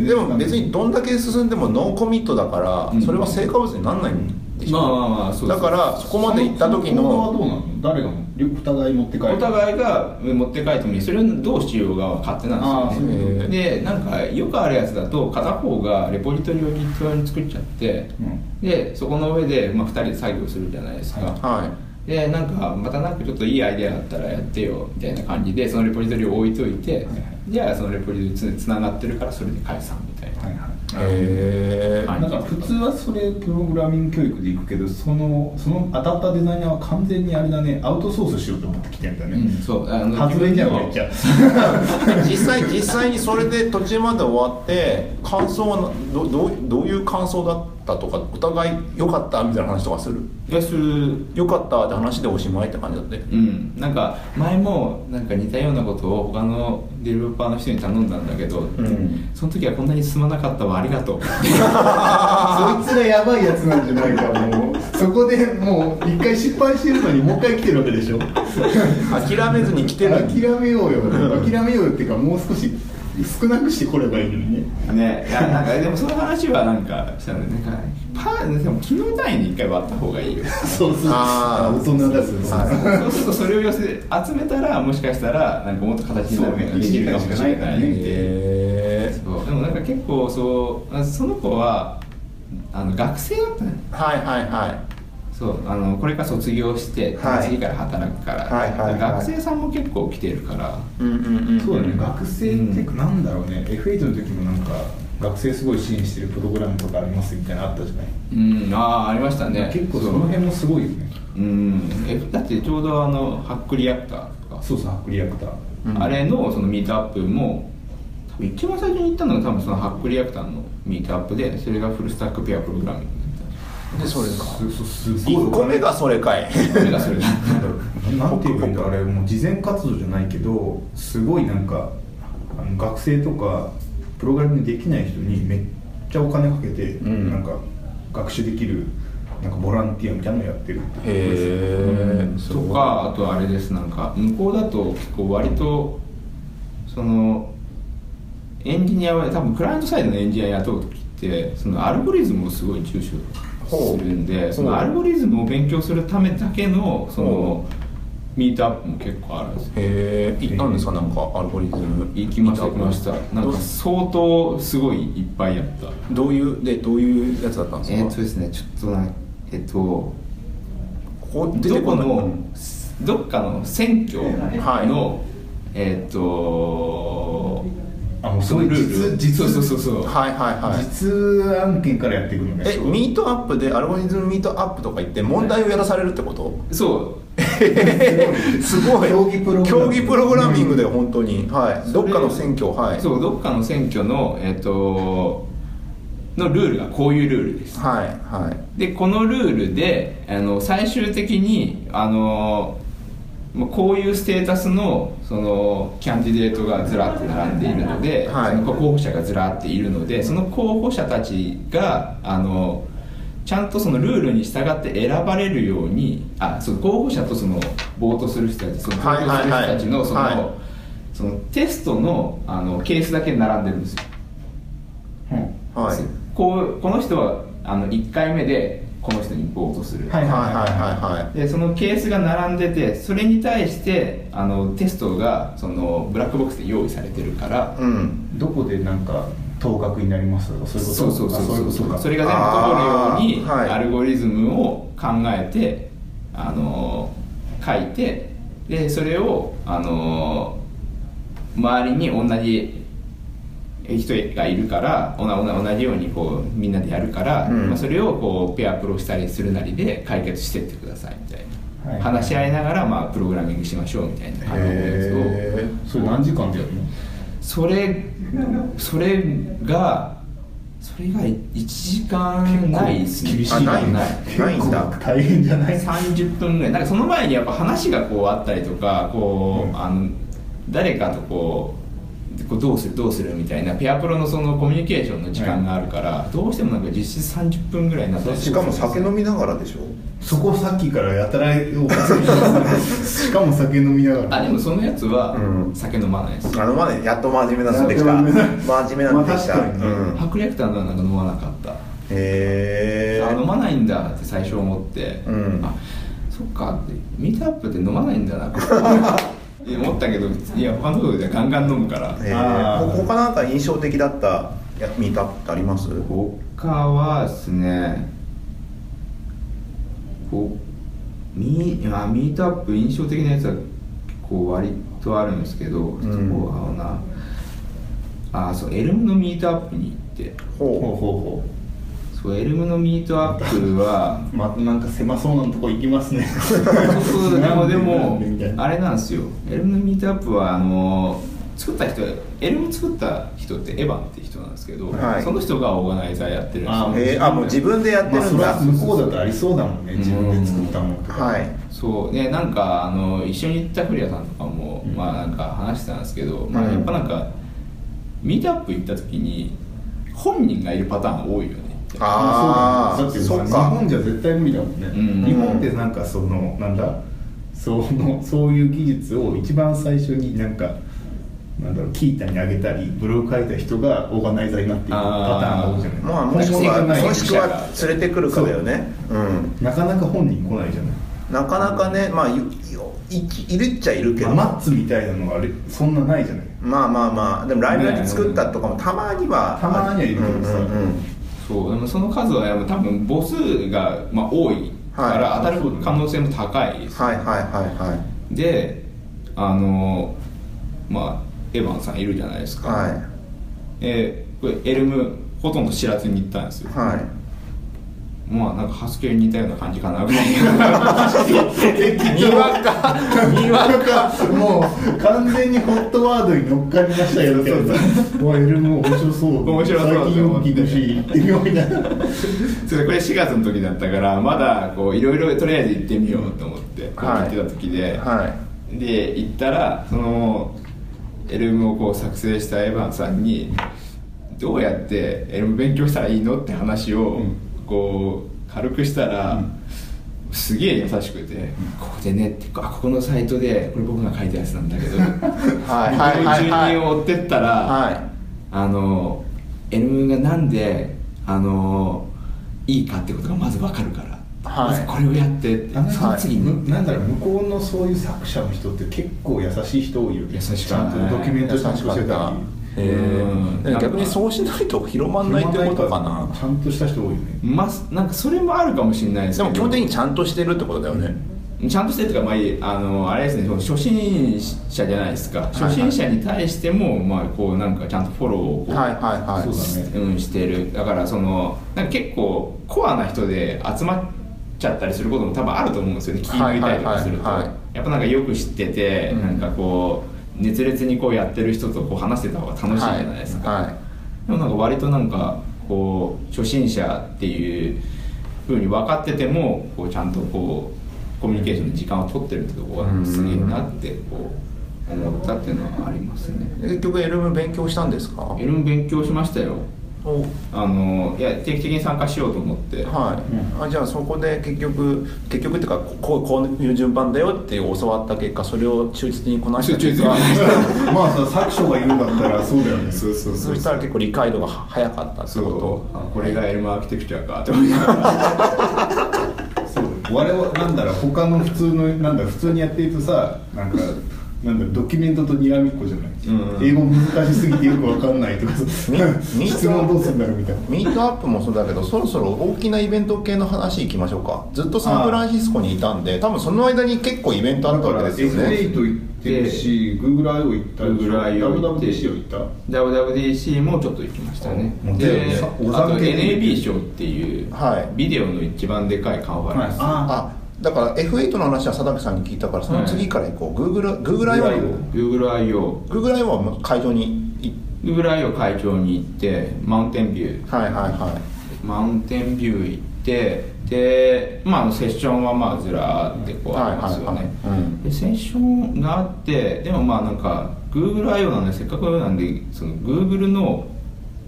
Speaker 2: あ
Speaker 1: あでも別にどんだけ進んでもノーコミットだから
Speaker 3: うん
Speaker 1: それは成果物にならないんで
Speaker 4: ってし
Speaker 3: まあ
Speaker 4: まう、
Speaker 3: まあまあそう
Speaker 1: だ
Speaker 3: です
Speaker 1: からそこまで行った時
Speaker 2: そ行動は
Speaker 1: の
Speaker 2: どうなの誰が両お互い持って帰る
Speaker 3: お互いが持って帰ってもいいそれをどうしようが勝手なんですよ
Speaker 2: あーそうい
Speaker 1: こ
Speaker 2: う
Speaker 3: ね
Speaker 1: と
Speaker 3: でなんかよくあるやつだと片方がレポジトリを Git 用に作っちゃって、
Speaker 2: うん
Speaker 3: でそこの上で、まあ、2人で作業するじゃないですか、
Speaker 1: はい
Speaker 3: でなんかまたなんかちょっといいアイデアあったらやってよみたいな感じでそのレポジトリを置いといて、じゃあそのレポジトリつながってるからそれで解散みたいな、
Speaker 2: はいはい
Speaker 1: へえ
Speaker 3: はい
Speaker 2: なんか普通はそれプログラミング教育でいくけどそのその当たったデザイナーは完全にあれだねアウトソースしようと思ってきてんだ
Speaker 3: うん、
Speaker 2: ね、
Speaker 3: そうあ
Speaker 2: 発明じゃんめっちゃ
Speaker 1: 実際実際にそれで途中まで終わって感想はどどうどういう感想だったとかお互い良かったみたいな話とかする
Speaker 3: いやする
Speaker 1: 良かったって話でおしまいって感じだって
Speaker 3: うん、なんか前もなんか似たようなことを他のデベロッパーの人に頼んだんだけど、
Speaker 1: ん
Speaker 3: その時はこんなに進まなかったわありがとう
Speaker 2: そいつがやばいやつなんじゃないかもうそこでもう一回失敗してるのにもう一回来てるわけでしょ
Speaker 1: 諦めずに来てる
Speaker 2: 諦めようよ諦めようよっていうかもう少し少なくしてこればいいのにね
Speaker 3: ねいやなんかでもその話はなんかしたのねなんかパーでも機能単位で一回割った方がいいよ
Speaker 2: そうそう
Speaker 1: あー
Speaker 2: 大人だす
Speaker 1: は
Speaker 3: そうするとそれを寄せ集めたらもしかしたらなんかもっと形になるのができるかもしれない
Speaker 2: そうね
Speaker 3: ね
Speaker 1: いへー
Speaker 3: そうでもなんか結構そうあその子はあの学生だったね
Speaker 1: はいはいはい
Speaker 3: そうあのこれから卒業して、
Speaker 4: はい
Speaker 3: 次から働くから、
Speaker 4: はいはいはい
Speaker 3: 学生さんも結構来てるから
Speaker 1: うんうんうん
Speaker 2: そうだね学生っていうかなんだろうね、F8 の時もなんか学生すごい支援してるプログラムとかありますみたいなのあったじゃない、
Speaker 3: うんああありましたね
Speaker 2: 結構その
Speaker 3: う
Speaker 2: 辺もすごいよね
Speaker 3: うんえだってちょうどあのハックリアクターとか、
Speaker 2: そうそうハックリアクター
Speaker 1: うん
Speaker 3: あれのそのミートアップも多分一番最初に行ったのが多分そのハックリアクターのミートアップでそれがフルスタックペアプログラミング
Speaker 1: でそれか
Speaker 2: そうそうすごい
Speaker 1: 1個目がそれかい
Speaker 3: それがそれだ
Speaker 2: なんていうんだろうあれもう慈善活動じゃないけどすごいなんかあの学生とかプログラミングできない人にめっちゃお金かけて、
Speaker 1: ん
Speaker 2: なんか学習できるなんかボランティアみたいなのやってるっ
Speaker 1: へ
Speaker 2: て
Speaker 1: え
Speaker 3: とかあとあれですなんか向こうだと結構割とそのエンジニアは多分クライアントサイドのエンジニア雇う時ってそのアルゴリズムをすごい重視するん
Speaker 1: ほ
Speaker 3: で
Speaker 1: う
Speaker 3: そのアルゴリズムを勉強するためだけのその
Speaker 1: ほ
Speaker 3: ミートアップも結構あるんですよ
Speaker 1: へえ行ったんですかなんかアルゴリズム
Speaker 3: 行きました行きましたなん
Speaker 1: ど
Speaker 3: か相当すごいいっぱいやった
Speaker 1: どういうでどういうやつだったんですか、
Speaker 3: すねちょっとなえっと
Speaker 1: ここ出
Speaker 3: ど
Speaker 1: て
Speaker 3: こ
Speaker 1: こない
Speaker 3: のどっかの選挙
Speaker 1: はい
Speaker 3: の、えーっと
Speaker 2: あもう
Speaker 3: そのルール
Speaker 2: 実実
Speaker 3: そうそうそうそう
Speaker 1: はいはいはい
Speaker 2: 実案件からやっていくのね
Speaker 1: えミートアップでアルゴリズムミートアップとか言って問題をやらされるってこと
Speaker 3: そう
Speaker 1: すご い
Speaker 2: 競技プログラミング
Speaker 1: 競技プログラミングで本当にはいどっかの選挙はい
Speaker 3: そうどっかの選挙のえーっとのルールがこういうルールです
Speaker 1: はいはい
Speaker 3: でこのルールであの最終的にあのまあこういうステータスのそのキャンディデートがずらって並んでいるので、
Speaker 1: はい
Speaker 3: その候補者がずらっているのでその候補者たちがあのちゃんとそのルールに従って選ばれるようにあその候補者とそのボートする人たちその投票する人たちの
Speaker 1: はい
Speaker 3: そ
Speaker 1: はいはい
Speaker 3: のそのテストのあのケースだけ並んでるんですよ。
Speaker 2: うん
Speaker 1: はい
Speaker 3: こうこの人はあの1回目でこの人にボートする、
Speaker 2: はい
Speaker 1: はいはいはいはい
Speaker 3: でそのケースが並んでてそれに対してあのテストがそのブラックボックスで用意されてるから、
Speaker 1: うん
Speaker 2: どこでなんか当確になりますとかそういうこと
Speaker 3: そうそう
Speaker 2: あ
Speaker 3: そうそう
Speaker 2: そういう
Speaker 3: そ
Speaker 2: ことか
Speaker 3: れが全部通るように、
Speaker 1: あーはい
Speaker 3: アルゴリズムを考えてあの書いてでそれをあの周りに同じ人がいるからおなおな同じようにこうみんなでやるから、
Speaker 1: うん
Speaker 3: まあ、それをこうペアプロしたりするなりで解決してってくださいみたい
Speaker 2: は
Speaker 3: な、
Speaker 2: い
Speaker 3: 話し合いながら、まあ、プログラミングしましょうみたいな感じのやつを
Speaker 1: へ
Speaker 2: それ何時間でやるの
Speaker 3: それそれがそれが1時間ないですね
Speaker 2: 厳し
Speaker 1: あ
Speaker 2: い
Speaker 1: ない
Speaker 2: な
Speaker 1: ないないんだ
Speaker 2: 結構大変じゃない
Speaker 3: 30分ぐらいなんかその前にやっぱ話がこうあったりとかこう、
Speaker 2: うん
Speaker 3: あの誰かとこうこうどうするどうするみたいなペアプロのそのコミュニケーションの時間があるから、どうしてもなんか実質30分ぐらいになったり
Speaker 4: しかも酒飲みながらでしょ
Speaker 2: そこさっきからやたらおかしいしかも酒飲みなが
Speaker 3: あ
Speaker 2: ら
Speaker 3: でもそのやつは
Speaker 4: うん
Speaker 3: 酒飲まないです、
Speaker 4: あのまでやっと真面目なのできた
Speaker 2: やっと真面
Speaker 4: 真
Speaker 2: 目な
Speaker 4: 面目なのできた、
Speaker 2: まあ確かにね
Speaker 4: うん
Speaker 3: ハクレクターのはなんか飲まなかった
Speaker 4: へ
Speaker 3: あ
Speaker 4: え
Speaker 3: 飲まないんだって最初思って、
Speaker 4: うん
Speaker 3: あそっかってミートアップって飲まないんだなってい や思ったけどいや他のところではガンガン飲むから
Speaker 4: え
Speaker 2: あー
Speaker 4: ー、他なんか印象的だったやミートアップってあります
Speaker 3: 他はですねこうミーあミートアップ印象的なやつはこう割とあるんですけど、
Speaker 4: ん
Speaker 3: そこはなあそうエルムのミートアップに行って
Speaker 2: ほうほう
Speaker 4: ほ
Speaker 2: ほ
Speaker 3: そうエルムのミートアップは
Speaker 2: うまなんか狭そうなとこ行きますね
Speaker 3: そうでもでも
Speaker 2: なんでなんで
Speaker 3: あれなんですよエルムのミートアップはあの作った人エルム作った人ってエヴァンって人なんですけど、
Speaker 4: はい
Speaker 3: その人がオーガナイザーやってるんですよ
Speaker 2: あ
Speaker 4: うえー、あもう自分でやって
Speaker 2: まあ
Speaker 4: る
Speaker 2: そ
Speaker 4: ん
Speaker 2: れ
Speaker 4: だ、
Speaker 2: は向こうだとありそうだもんね
Speaker 3: うん
Speaker 2: 自分で作ったものとか
Speaker 4: はい
Speaker 3: そうねなんかあの一緒に行った古谷さんとかも、
Speaker 2: うん
Speaker 3: まあなんか話してたんですけど、まあ
Speaker 4: うん
Speaker 3: やっぱなんかミートアップ行った時に本人がいるパターン多いよね
Speaker 4: あ
Speaker 2: ま
Speaker 4: あ
Speaker 2: あそうだよね
Speaker 4: そ
Speaker 2: だっ
Speaker 4: って
Speaker 2: まあ日
Speaker 4: か
Speaker 2: 本じゃ絶対無理だもんね、
Speaker 3: うん
Speaker 2: 日本ってなんかそのなんだそのそういう技術を一番最初になんかなんだろうキータにあげたりブログ書いた人がオーガナイザーになっていくパターンが多いじゃない
Speaker 4: まあもしくは
Speaker 2: なかなか
Speaker 4: もしくは連れてくるかだよねうん
Speaker 2: なかなか本人来ないじゃない
Speaker 4: なかなかねまあいいいいるっちゃいるけど、
Speaker 2: まあマッツみたいなのはあれそんなないじゃ ない
Speaker 4: まあまあまあでもライブラリ作ったとかもたまには
Speaker 2: たまにはいるけどさ
Speaker 4: うんうんうん
Speaker 3: そうでもその数はやっぱ多分母数が、まあ、多いから
Speaker 4: は
Speaker 3: 当
Speaker 4: い
Speaker 3: たる可能性も高いです、
Speaker 4: はいはいはいはい
Speaker 3: であのまあエヴァンさんいるじゃないですか、
Speaker 4: はい
Speaker 3: えこれエルムほとんど知らずに行ったんですよ
Speaker 4: はい
Speaker 3: まあなんかハスケに似たような感じかなぐらい にわかにわか
Speaker 2: もう完全にホットワードに乗っかりましたけどもうエルム面白そう
Speaker 3: 面白そう
Speaker 2: 最近よく聞くし行ってみようみた いな
Speaker 3: それこれ4月の時だったからまだこういろいろとりあえず行ってみようと思って、こう
Speaker 4: はい
Speaker 3: 行ってた時で、
Speaker 4: はい
Speaker 3: で行ったらそのエルムをこう作成したエヴァンさんにどうやってエルム勉強したらいいのって話をこう軽くしたら、すげえ優しくて、ここでねってあここのサイトでこれ僕が書いたやつなんだけど
Speaker 4: はいはいはいはい
Speaker 3: こういう順に追ってったら、
Speaker 4: は
Speaker 3: あのエルムがなんであのいいかってことがまず分かるから、
Speaker 4: はい
Speaker 3: まずこれをやってって
Speaker 2: あの
Speaker 3: その次に、
Speaker 2: むなんだろう向こうのそういう作者の人って結構優しい人多いよね
Speaker 3: 優しかった
Speaker 2: ちゃんとドキュメントちゃんとしてた
Speaker 1: え
Speaker 3: うん
Speaker 1: ー逆にそうしないと広ま
Speaker 2: り
Speaker 1: んないってことかな
Speaker 2: ちゃんとした人多いよね
Speaker 3: まあ、なんかそれもあるかもしれないです
Speaker 1: で
Speaker 3: けど
Speaker 1: も基本的にちゃんとしてるってことだよね、
Speaker 3: ちゃんとしてるというか、まあいい、あのあれですね初心者じゃないですか
Speaker 1: はい
Speaker 3: 初心者に対しても、まあ、こうなんかちゃんとフォローをこう、
Speaker 1: はいはいはい
Speaker 2: そうだね
Speaker 3: うん、してるだからそのなんか結構コアな人で集まっちゃったりすることも多分あると思うんですよね気抜いたりとかすると、
Speaker 1: はいはいはいは
Speaker 3: やっぱなんかよく知ってて、
Speaker 1: うん
Speaker 3: なんかこう熱烈にこうやってる人とこう話してた方が楽しいじゃないですか、
Speaker 1: はいはい
Speaker 3: でもなんか割となんかこう初心者っていうふうに分かっててもこうちゃんとこうコミュニケーションの時間を取ってるってところがすげえなってこう思ったっていうのはありますね
Speaker 1: 結局エルム勉強したんですか
Speaker 3: エルム勉強しましたよ
Speaker 1: お
Speaker 3: あのいや定期的に参加しようと思って、
Speaker 1: はい、あじゃあそこで結局結局っていうかこうこういう順番だよって教わった結果それを忠実にこなした結果
Speaker 2: まあさ作者がいるんだったらそうだよね
Speaker 3: うそう
Speaker 1: そしたら結構理解度が早かったって
Speaker 3: そう
Speaker 1: こ
Speaker 3: あこれがエルムアーキテクチャかって思いながら
Speaker 2: そう我々なんだろう他の普通のなんだろう普通にやってるとさなんかなんだろうドキュメントとにらみっこじゃない、
Speaker 3: うん
Speaker 2: 英語難しすぎてよくわかんないとかさ
Speaker 1: みみ
Speaker 2: 質問どうするんだろうみたいな
Speaker 1: とミートアップもそうだけどそろそろ大きなイベント系の話いきましょうかずっとサンフランシスコにいたんで多分その間に結構イベントあったわけですよね
Speaker 2: S8 行ってるし GoogleIO 行ったでしょ
Speaker 3: GoogleIO 行っ
Speaker 2: WWDC
Speaker 3: て
Speaker 2: を行った
Speaker 3: WWDC もちょっと行きましたね
Speaker 2: あ
Speaker 3: で
Speaker 2: で
Speaker 3: あ
Speaker 2: お
Speaker 3: と
Speaker 2: 酒
Speaker 3: NAB 賞っていう、
Speaker 1: はい
Speaker 3: ビデオの一番でかいカンファレンス、
Speaker 2: あ
Speaker 1: あだから F8 の話は佐竹さんに聞いたからその次から行こう、Google Google IO
Speaker 3: GoogleIO
Speaker 1: Google IO はもう会場に行っ
Speaker 3: GoogleIO 会長に行ってマウンテンビュー
Speaker 1: はいはいはい
Speaker 3: マウンテンビュー行ってで、まああの、セッションはまあずらーってこうありますよ
Speaker 1: はい
Speaker 3: ね
Speaker 1: はいはいうん
Speaker 3: でセッションがあってでもまあなんか GoogleIO なんでせっかくなんでその Google の、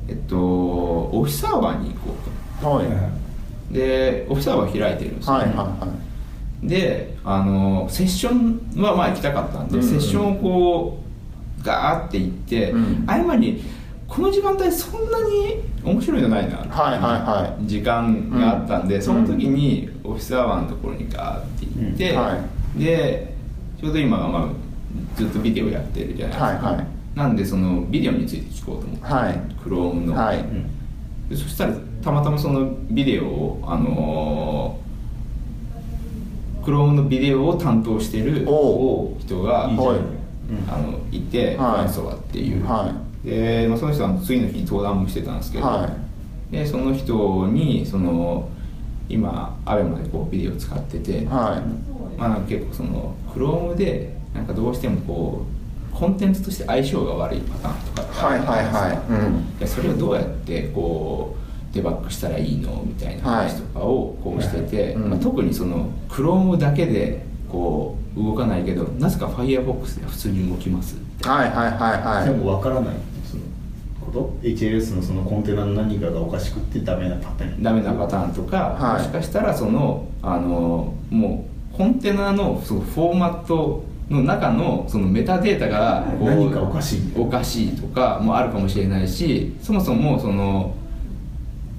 Speaker 3: えっと、オフィスサーバーに行こう
Speaker 1: はい
Speaker 2: はいはい
Speaker 3: とでオフィスサーバー開いてるんですよ、
Speaker 1: はい
Speaker 3: ね
Speaker 1: はいは
Speaker 3: であのセッションはまあ行きたかったんで、
Speaker 1: うんうん
Speaker 3: セッションをこうガーって行って、
Speaker 1: うん
Speaker 3: 合間にこの時間帯そんなに面白いのないな、
Speaker 1: はいはいはい
Speaker 3: 時間があったんで、その時にオフィスアワーのところにガーって行って、
Speaker 1: うんは
Speaker 3: でちょうど今、まあ、ずっとビデオやってるじゃないですか、
Speaker 1: はいはい
Speaker 3: なんでそのビデオについて聞こうと思って、
Speaker 1: はい
Speaker 3: クロームの、
Speaker 1: はい
Speaker 3: でそしたらたまたまそのビデオをあのー、クロームのビデオを担当してる
Speaker 1: お
Speaker 3: 人が
Speaker 1: いいじゃんはい
Speaker 3: あのいて、
Speaker 1: はい
Speaker 3: ファンソワっていう、
Speaker 1: は
Speaker 3: でまあ、その人は次の日に登壇もしてたんですけど、
Speaker 1: は
Speaker 3: でその人にその今アベマでこうビデオ使って
Speaker 1: は
Speaker 3: て、
Speaker 1: い
Speaker 3: まあ、なんか結構その Chrome でなんかどうしてもこうコンテンツとして相性が悪いパターンとかってあ
Speaker 1: はい
Speaker 3: るじゃ
Speaker 1: はい
Speaker 3: ない
Speaker 1: は
Speaker 3: で
Speaker 1: い
Speaker 3: すか
Speaker 1: うん
Speaker 3: いやそれをどうやってこうデバッグしたらいいのみたいな話とかをこうしてて、
Speaker 1: いうん
Speaker 3: まあ、特にその Chrome だけでこう動かないけどなぜか Firefox で普通に動きます
Speaker 1: はいはいはい
Speaker 2: で
Speaker 1: はい
Speaker 2: も分からないそのこと HLS のそのコンテナの何かがおかしくってダメなパターン
Speaker 3: ダメなパターンとか、
Speaker 1: はい
Speaker 3: もしかしたらそのあのもうコンテナのそのフォーマットの中のそのメタデータがこう
Speaker 2: 何かおかしい
Speaker 3: おかしいとかもあるかもしれないしそもそもその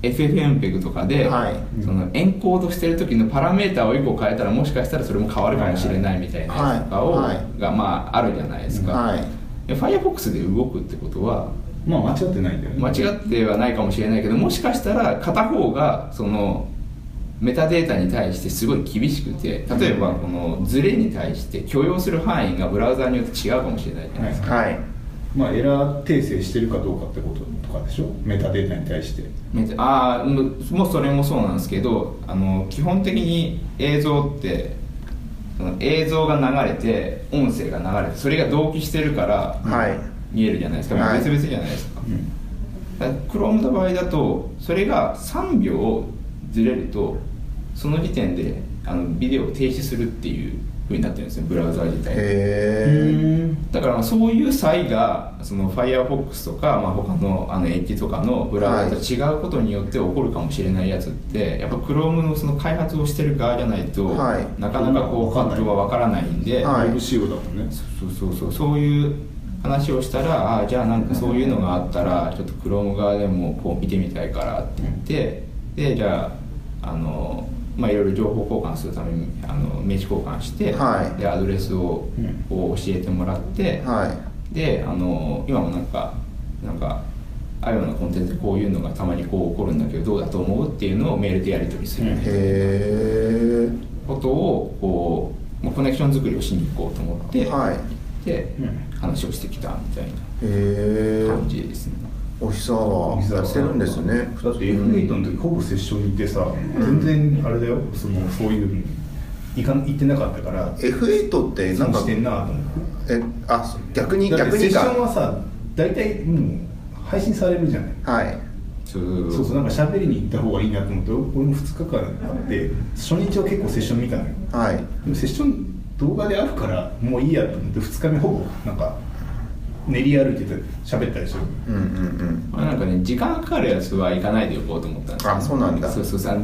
Speaker 3: FFmpeg とかで、
Speaker 1: はい
Speaker 3: そのエンコードしてる時のパラメータを1個変えたらもしかしたらそれも変わるかもしれないみたいなやつとかを、
Speaker 1: はいはい
Speaker 3: がまああるじゃないですか、
Speaker 1: はい
Speaker 3: で Firefox で動くってことは
Speaker 2: まあ間違ってないんだよね
Speaker 3: 間違ってはないかもしれないけどもしかしたら片方がそのメタデータに対してすごい厳しくて例えばこのズレに対して許容する範囲がブラウザーによって違うかもしれないじゃないですか、
Speaker 1: はい
Speaker 2: まあエラー訂正してるかどうかってこととかでしょメタデータに対して
Speaker 3: メタああもうもうそれもそうなんですけどあの基本的に映像ってその映像が流れて音声が流れてそれが同期してるから
Speaker 1: はい
Speaker 3: 見えるじゃないですか、
Speaker 1: はい
Speaker 3: 別々じゃないですか、
Speaker 2: うん
Speaker 3: クロームの場合だとそれが3秒ずれるとその時点であのビデオを停止するっていう風になってるんですねブラウザー自体が
Speaker 1: へえ
Speaker 3: だからまあそういう際がその Firefox とか、まあ、他のあのエッジとかのブラウザと違うことによって起こるかもしれないやつって、やっぱ Chrome のその開発をしてる側じゃないと、
Speaker 1: はい
Speaker 3: なかなかこう
Speaker 2: わかん
Speaker 3: 感
Speaker 2: ない
Speaker 3: 情は分からないんで、
Speaker 1: はい
Speaker 2: w 仕様だもんね
Speaker 3: そうそうそうそういう話をしたらああじゃあなんかそういうのがあったらちょっとクローム側でもこう見てみたいからって言ってでじゃああのまあいろいろ情報交換するためにあの名刺交換して、
Speaker 1: はい
Speaker 3: でアドレスを
Speaker 2: うん
Speaker 3: こう教えてもらって、
Speaker 1: はい
Speaker 3: であの今もなんかなんかあるようなコンテンツでこういうのがたまにこう起こるんだけどどうだと思うっていうのをメールでやり取りする
Speaker 2: うん
Speaker 1: へ
Speaker 3: ことをこう、まあ、コネクション作りをしに行こうと思って、
Speaker 1: えはい
Speaker 3: で、
Speaker 2: うん
Speaker 3: 話をしてきたみたい
Speaker 1: へえ
Speaker 3: な感じですね、
Speaker 1: お日様はやってるんですね
Speaker 2: だって F8 の時ほぼセッションにいてさ、全然あれだよそのそういうの行か行ってなかったから気
Speaker 1: F8 ってなん
Speaker 2: に
Speaker 1: か
Speaker 2: してんなと思って
Speaker 1: えあ逆に
Speaker 2: だっ
Speaker 1: 逆
Speaker 2: てセッ
Speaker 1: に
Speaker 2: シ
Speaker 1: か
Speaker 2: ョンはさ大体もう配信されるじゃない
Speaker 1: はい
Speaker 3: そう
Speaker 2: そうそうなんか喋りに行った方がいいなと思って俺も2日間あって初日は結構セッション見たのよ
Speaker 1: はい
Speaker 2: でもセッション動画であるからもういいやと思って2日目ほぼなんか練り歩いてて喋ったでしょ
Speaker 1: うんうんうん
Speaker 3: まあ、なんかね時間かかるやつは行かないでおこうと思ったんですよ
Speaker 1: あそうなんだ
Speaker 3: そうそうさ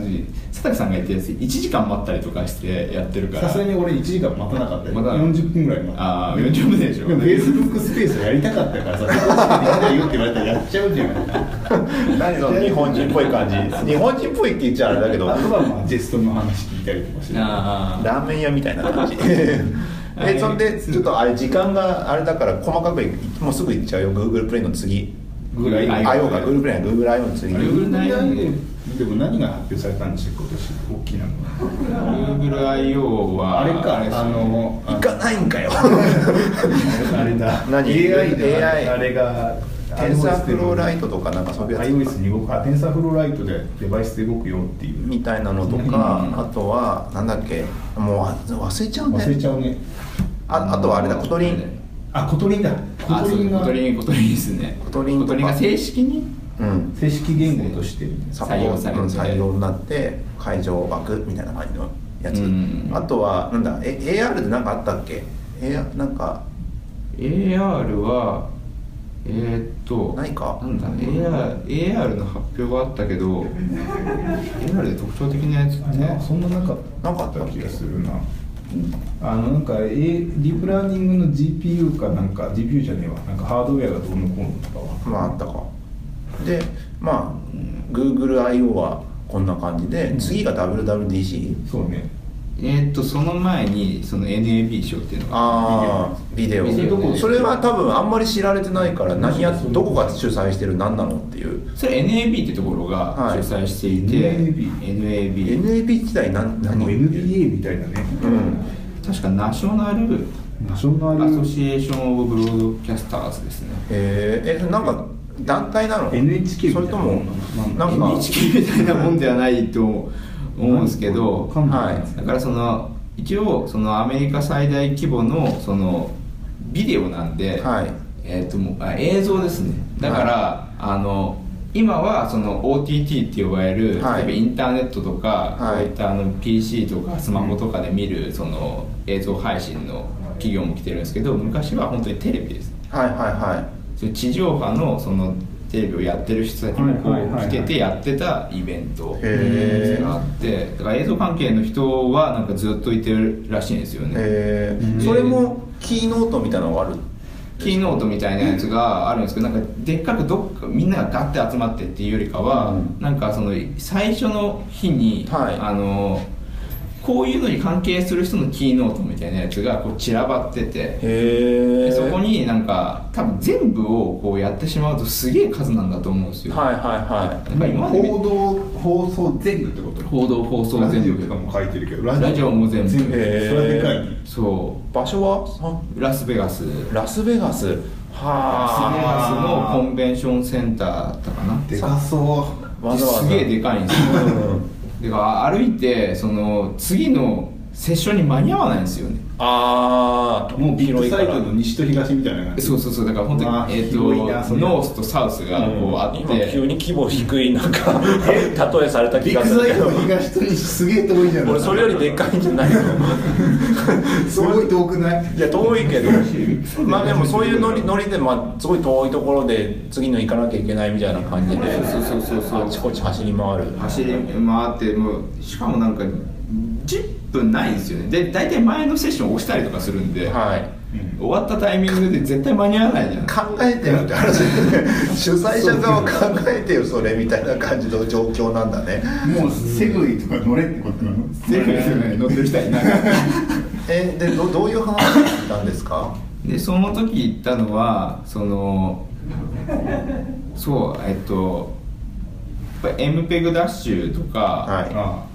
Speaker 3: 佐竹さんが言ってるやつ1時間待ったりとかしてやってるから
Speaker 2: さすがに俺1時間待たなかったよ、
Speaker 3: まだ
Speaker 2: 40分ぐらい待った
Speaker 3: ああ40分でしょ
Speaker 2: でも Facebook スペースやりたかったからさ、そこしかできないよって言われたらやっちゃうじゃん。
Speaker 1: 何その日本人っぽい感じ日本人っぽいって言っちゃあれだけど
Speaker 2: あとはまあジェストの話聞いたりとかして。
Speaker 3: ああ
Speaker 1: ラーメン屋みたいな感じ えそんでちょっとあれ時間があれだから細かくいもうすぐ行っちゃうよ Google プレイの次
Speaker 2: ぐらい。
Speaker 3: はい
Speaker 1: IO が Google プレイの GoogleIO の次
Speaker 3: あれ Google 内容で
Speaker 2: でも何が発表されたんでしたっけ今年大きなのは
Speaker 3: GoogleIO は
Speaker 2: あれか
Speaker 3: です
Speaker 2: あの
Speaker 1: 行かないんかよ
Speaker 2: あれだ
Speaker 1: 何
Speaker 2: AI で
Speaker 1: AI
Speaker 2: あれが
Speaker 1: テンサーフローライトとかなんかそういうやつ
Speaker 2: iOS に動くあテンサーフローライトでデバイスで動くよっていう
Speaker 1: みたいなのとかあとはなんだっけもうあ忘れちゃう
Speaker 2: 忘れ
Speaker 1: ね
Speaker 2: ちゃうね
Speaker 1: ああとはあれだコトリン
Speaker 2: あ小鳥だ
Speaker 3: あ
Speaker 2: 小
Speaker 3: そう
Speaker 2: 鳥
Speaker 3: コト
Speaker 2: が
Speaker 3: リンコトリンですね
Speaker 1: コトリンと
Speaker 3: コ
Speaker 1: か
Speaker 3: トリンが正式に
Speaker 1: うん
Speaker 2: 正式言語として
Speaker 3: 採用されて
Speaker 1: うん採用になって会場枠みたいな感じのやつ、
Speaker 3: うん
Speaker 1: あとはなんだえ AR で何かあったっけ AR なんか
Speaker 3: AR はえー、っと
Speaker 1: ないか
Speaker 3: んだ AR, AR の発表があったけど AR で特徴的なやつって
Speaker 2: ねそんななかっ
Speaker 1: なかった
Speaker 2: た
Speaker 1: っけ
Speaker 2: 気がするなあのなんか、A、ディープラーニングの GPU かなんか GPU じゃねえわなんかハードウェアがどうのこうのとかは
Speaker 1: まああったかでまあ GoogleIO はこんな感じで次が WWDC
Speaker 2: そうね
Speaker 3: えーっとその前にその NAB 賞っていうのが
Speaker 1: ああビデオ
Speaker 3: ビデオね
Speaker 1: それは多分あんまり知られてないから何やどこが主催してる何なのっていう
Speaker 3: それ NAB ってところが
Speaker 1: はい
Speaker 3: 主催していて、
Speaker 2: NAB
Speaker 3: NAB
Speaker 1: NAB 時代何
Speaker 2: あの
Speaker 1: 何
Speaker 2: NBA みたいなね、
Speaker 1: うん
Speaker 3: 確かナショナル
Speaker 2: ナショナ
Speaker 3: アソ
Speaker 2: ル
Speaker 3: シエーション・オブ・ブロードキャスターズですね
Speaker 1: えー、えそれなんか団体なの
Speaker 2: NHK みた
Speaker 1: そ
Speaker 2: い
Speaker 1: れ
Speaker 2: な
Speaker 1: とも
Speaker 2: な
Speaker 1: なんんか
Speaker 3: NHK みたいなもんではないと思うんですけど
Speaker 2: わかんな
Speaker 1: は
Speaker 2: い
Speaker 1: い
Speaker 3: だからその一応そのアメリカ最大規模のそのビデオなんで、
Speaker 1: はい
Speaker 3: えー、ともうあ映像ですねだから、あの今はその OTT って呼ばれる、
Speaker 1: はい
Speaker 3: 例えばインターネットとか、
Speaker 1: はい
Speaker 3: こういったあの PC とかスマホとかで見るその映像配信の企業も来てるんですけど昔は本当にテレビです
Speaker 1: はいはいは
Speaker 3: そういう地上波のそのテレビをやってる人たちもこ
Speaker 2: はいはいはい
Speaker 3: う
Speaker 2: はい
Speaker 3: つけてやってたイベント
Speaker 1: へー
Speaker 3: があってだから映像関係の人はなんかずっといてるらしいんですよ
Speaker 1: い
Speaker 3: ね、
Speaker 1: えーそれもキーノートみたいなのがある
Speaker 3: キーノートみたいなやつがあるんですけどなんかでっかくどっかみんながガッて集まってっていうよりかは、
Speaker 1: うん
Speaker 3: なんかその最初の日に、
Speaker 1: はい
Speaker 3: あのこういうのに関係する人のキーノートみたいなやつがこう散らばってて
Speaker 1: へ
Speaker 3: で
Speaker 1: え
Speaker 3: そこになんか多分全部をこうやってしまうとすげえ数なんだと思うんですよ、
Speaker 1: はいはいはい
Speaker 3: なんか今まで
Speaker 2: 報道放送全部ってこと
Speaker 3: 報道放送
Speaker 2: ラ
Speaker 3: 全
Speaker 2: ジオ
Speaker 3: 部
Speaker 2: とかも書いてるけどラ
Speaker 3: ラジオも全部
Speaker 2: 全部そ
Speaker 1: へー
Speaker 2: れはでかいね
Speaker 3: そ
Speaker 1: 場所は
Speaker 3: うラスベガス
Speaker 1: あラスベガス
Speaker 3: ラスベガ
Speaker 1: は
Speaker 3: スのコンベンションセンターだったかな
Speaker 2: でかそ
Speaker 1: あわざわざ
Speaker 3: すげえでかいんですよで歩いてその次のセッションに間に合わないんですよね
Speaker 1: ああ
Speaker 2: うもうビッグサイトの西と東みたいな感じ
Speaker 3: そうそうそうだから本当に、
Speaker 2: うわ
Speaker 3: えー、と
Speaker 2: 広いなそれ
Speaker 3: ノースとサウスがこうあって、
Speaker 1: 今急に規模低いなんか例えされた気
Speaker 2: ビッ
Speaker 1: がす
Speaker 2: グ
Speaker 1: る
Speaker 2: サ
Speaker 1: け
Speaker 2: イ
Speaker 1: ど
Speaker 2: トの東と西すげえ遠いじゃない
Speaker 1: 俺それよりでかいんじゃないの
Speaker 2: すごい遠くない
Speaker 1: いや遠いけどまあでもそういうノリノリで、まあ、すごい遠いところで次の行かなきゃいけないみたいな感じで
Speaker 3: そうそうそうそう
Speaker 1: あちこち走り回る
Speaker 3: 走り回ってもうしかもなんか10分ないんですよねで大体前のセッション押したりとかするんで、
Speaker 1: はい
Speaker 3: 終わったタイミングで絶対間に合わないじゃん
Speaker 4: 考えてよって話で主催者側は考えてよそれみたいな感じの状況なんだね
Speaker 2: もうセグウェイとか乗れってことなの
Speaker 3: 全部ですよね乗ってる人はいない
Speaker 4: えでどどういう話を聞いたんですか
Speaker 3: でその時行ったのはそのそうえっとやっぱ MPEG ダッシュとか、
Speaker 4: はい
Speaker 2: あ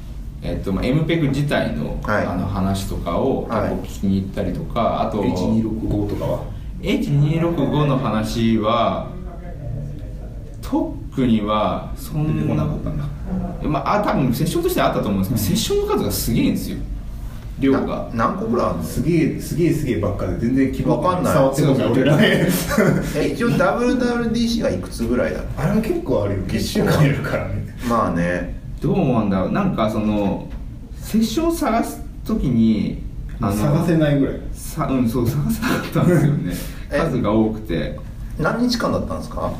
Speaker 3: えっと、まあ MPEG 自体の,、
Speaker 4: はい
Speaker 3: あの話とかを
Speaker 4: はい
Speaker 3: 結構聞きに行ったりとか、あ
Speaker 2: あ
Speaker 3: と
Speaker 2: H265 とかは
Speaker 3: H265 の話は特にはそん
Speaker 2: 出てこなかったんだ
Speaker 3: まああ多分セッションとしてはあったと思うんですけど、セッションの数がすげえんですよ量が
Speaker 4: な何個ぐらいあるんです
Speaker 2: すげえすげえすげえばっかで全然気分
Speaker 4: わかんない
Speaker 2: 触ってるのが俺らね
Speaker 4: え一応 WWDC はいくつぐらいだ
Speaker 2: あれは結構あるよ1週間やるからね
Speaker 4: まあね
Speaker 3: どう思うんだろうなんかそのセッションを探す時にあの
Speaker 2: 探せないぐらい
Speaker 3: さうんそう探せなかったんですよね
Speaker 4: え
Speaker 3: 数が多くて
Speaker 4: 何日間だったんですか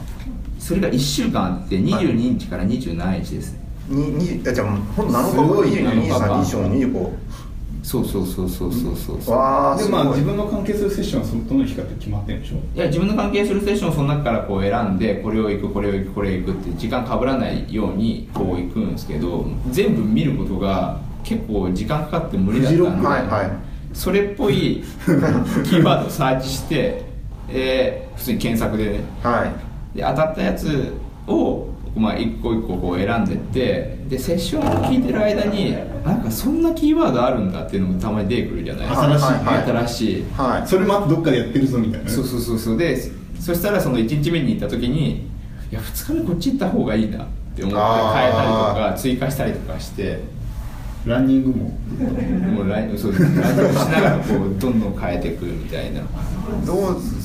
Speaker 3: それが1週間あって22日から27日ですね、
Speaker 4: ににあじゃあほんと7
Speaker 2: すごい
Speaker 4: 日間222325
Speaker 3: そうそうそうそうそうそうそう
Speaker 4: わあ
Speaker 2: ですまあ
Speaker 4: ごい
Speaker 2: 自分の関係するセッションはそのどの日かって決まってるでしょ
Speaker 3: いや自分の関係するセッションをその中からこう選んでこれを行くこれを行くこれを行くって時間かぶらないようにこう行くんですけど全部見ることが結構時間かかって無理だった
Speaker 2: フ
Speaker 3: ん
Speaker 2: ジ
Speaker 3: で、
Speaker 2: ロ
Speaker 4: はいはい
Speaker 3: それっぽ いキーワードをサーチして、えー普通に検索でね
Speaker 4: はい
Speaker 3: で当たったやつを、まあ、一個一個こう選んでってでセッションを聞いてる間になんかそんなキーワードあるんだっていうのもたまに出てくるじゃないですか
Speaker 2: 新しいね
Speaker 4: はいはい
Speaker 3: 新しい
Speaker 4: はい
Speaker 2: それもあとどっかでやってるぞみたいなね
Speaker 3: そうそうそうそうでそしたらその1日目に行った時にいや2日目こっち行った方がいいなって思って変えたりとか追加したりとかして
Speaker 2: ランニングも
Speaker 3: もうライそうですねラジオしながらこうどんどん変えていくみたいな
Speaker 4: どう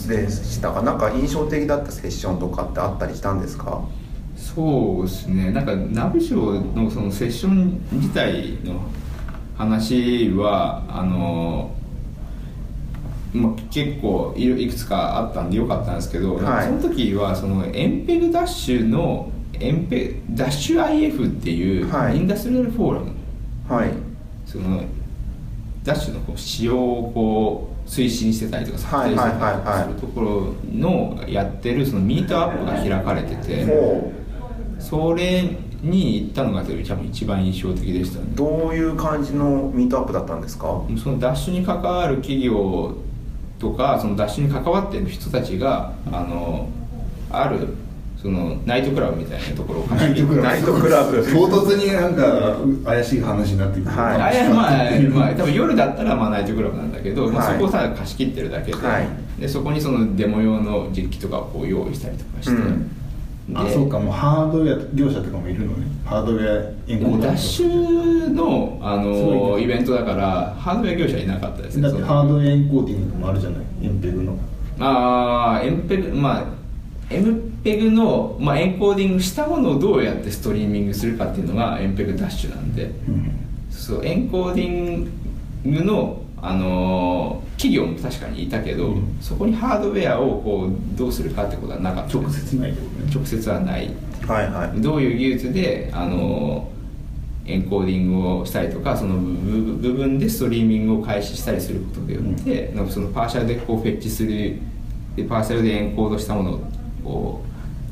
Speaker 4: でしたかなんか印象的だったセッションとかってあったりしたんですか
Speaker 3: そうですねなんかナビショーのそのセッション自体の話はあのまあ、結構いろいくつかあったんでよかったんですけど、
Speaker 4: はい
Speaker 3: その時はそのエンペグダッシュのエンペダッシュ IF っていう
Speaker 4: はい
Speaker 3: インダストリアルフォーラム、
Speaker 4: はい
Speaker 3: そのダッシュのこう使用をこう推進してたりとか
Speaker 4: は
Speaker 3: 撮
Speaker 4: い
Speaker 3: 影して
Speaker 4: はいはいはい
Speaker 3: たりするところのやってるそのミートアップが開かれてて
Speaker 4: ほ
Speaker 3: それに行ったのが多分一番印象的でしたね
Speaker 4: うどういう感じのミートアップだったんですか
Speaker 3: そのダッシュに関わる企業とかそのダッシュに関わってる人たちがあのあるそのナイトクラブみたいなところを貸し
Speaker 2: ナイ
Speaker 3: 切
Speaker 2: ト
Speaker 3: って
Speaker 2: クラブ
Speaker 4: ナイトクラブ
Speaker 2: 唐突になんか怪しい話になってくるかもしれな
Speaker 3: あ
Speaker 2: い
Speaker 3: れはまあ、まあ、多分夜だったらまあナイトクラブなんだけど、ま
Speaker 4: は
Speaker 3: あ、
Speaker 4: い
Speaker 3: そこをさ貸し切ってるだけで,、
Speaker 4: はい
Speaker 3: でそこにそのデモ用の実機とかをこう用意したりとかして、
Speaker 4: うん
Speaker 3: で
Speaker 2: あそうかもうハードウェア業者とかもいるのねハードウェアエ
Speaker 3: で
Speaker 2: ンコ
Speaker 3: も
Speaker 2: ーダ
Speaker 3: ダ
Speaker 2: ー
Speaker 3: ッシュのあ
Speaker 2: そう
Speaker 3: の
Speaker 2: です
Speaker 3: イベントだからハードウェア業者いなかったですね
Speaker 2: だって
Speaker 3: その
Speaker 2: ハードウェアエンコーディングもあるじゃないエンペグの
Speaker 3: ああエンペグまあエンペグの、まあ、エンコーディングしたものをどうやってストリーミングするかっていうのがエンペグダッシュなんで、そうエンコーディングの、あのー企業も確かにいたけど、
Speaker 2: うん
Speaker 3: そこにハードウェアをこうどうするかってことはなかった
Speaker 2: 直接ないけどね
Speaker 3: 直接はない
Speaker 4: はいはい
Speaker 3: どういう技術で、あのーエンコーディングをしたりとかその部部部分でストリーミングを開始したりすることによって、なんかそのパーシャルでこうフェッチするでパーシャルでエンコードしたものを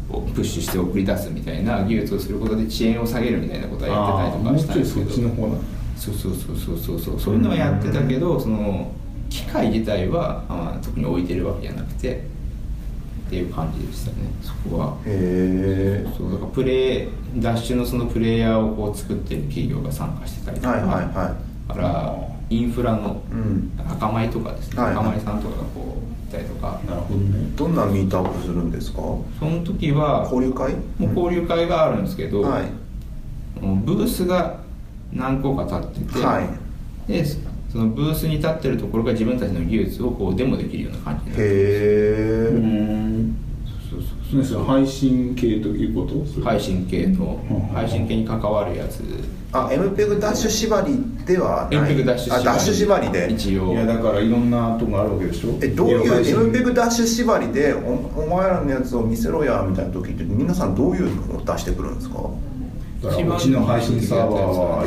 Speaker 3: をプッシュして送り出すみたいな技術をすることで遅延を下げるみたいなことはやってたりとかはしたんですけ
Speaker 2: あーもうちょいそっち
Speaker 3: ど
Speaker 2: の方なの
Speaker 3: そうそうそうそうそうそうそういうのはやってたけどその機械自体はあー特に置いてるわけじゃなくてっていう感じでしたねそこは。
Speaker 4: へ
Speaker 3: そうだからプレイダッシュのそのプレイヤーをこう作ってる企業が参加してたりとか、
Speaker 4: はいはいは
Speaker 3: だからインフラの
Speaker 4: うん
Speaker 3: 赤米とかですね、
Speaker 4: はいはい
Speaker 3: 赤米さんとかがこういたりとか
Speaker 2: なるほどね
Speaker 4: いどんなミートアップするんですか
Speaker 3: その時は
Speaker 4: 交流会
Speaker 3: もう交流会があるんですけど、
Speaker 4: はい
Speaker 3: もうブースが何個か立ってて、
Speaker 4: は
Speaker 3: でそのブースに立ってるところが自分たちの技術をこうデモできるような感じになってる
Speaker 4: へ
Speaker 2: う
Speaker 4: え
Speaker 2: ん
Speaker 3: そうそうそう
Speaker 2: そうそう配信系ということそれ
Speaker 3: 配信系の
Speaker 2: うんうんうん
Speaker 3: 配信系に関わるやつ
Speaker 4: あ MPEG ダッシュ縛りでは
Speaker 3: エン
Speaker 4: ない
Speaker 3: ペグダッシュ縛
Speaker 4: あ
Speaker 3: り
Speaker 4: ダッシュ縛りで
Speaker 3: 一応
Speaker 2: いやだからいろんなとこあるわけでしょ
Speaker 4: えどういう
Speaker 2: 配信
Speaker 4: MPEG ダッシュ縛りでおお前らのやつを見せろやみたいな時って皆さんどういうのを出してくるんですか
Speaker 2: だからうちの配信サーバーは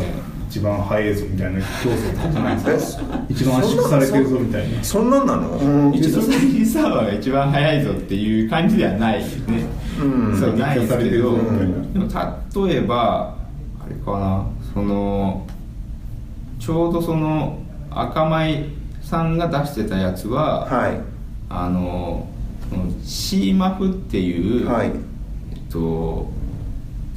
Speaker 2: 一番ハイ映像みたいな競争じゃないですか
Speaker 4: え
Speaker 2: 一番圧縮されてるぞみたいな
Speaker 4: そんなんなの
Speaker 3: 一度最近サーバーが一番早いぞっていう感じではないね、
Speaker 4: うん
Speaker 3: そうないですけど、
Speaker 2: うん
Speaker 3: でも例えばあれかなそのちょうどその赤米さんが出してたやつは、
Speaker 4: はい
Speaker 3: あのその CMAF っていう、
Speaker 4: はい
Speaker 3: えっと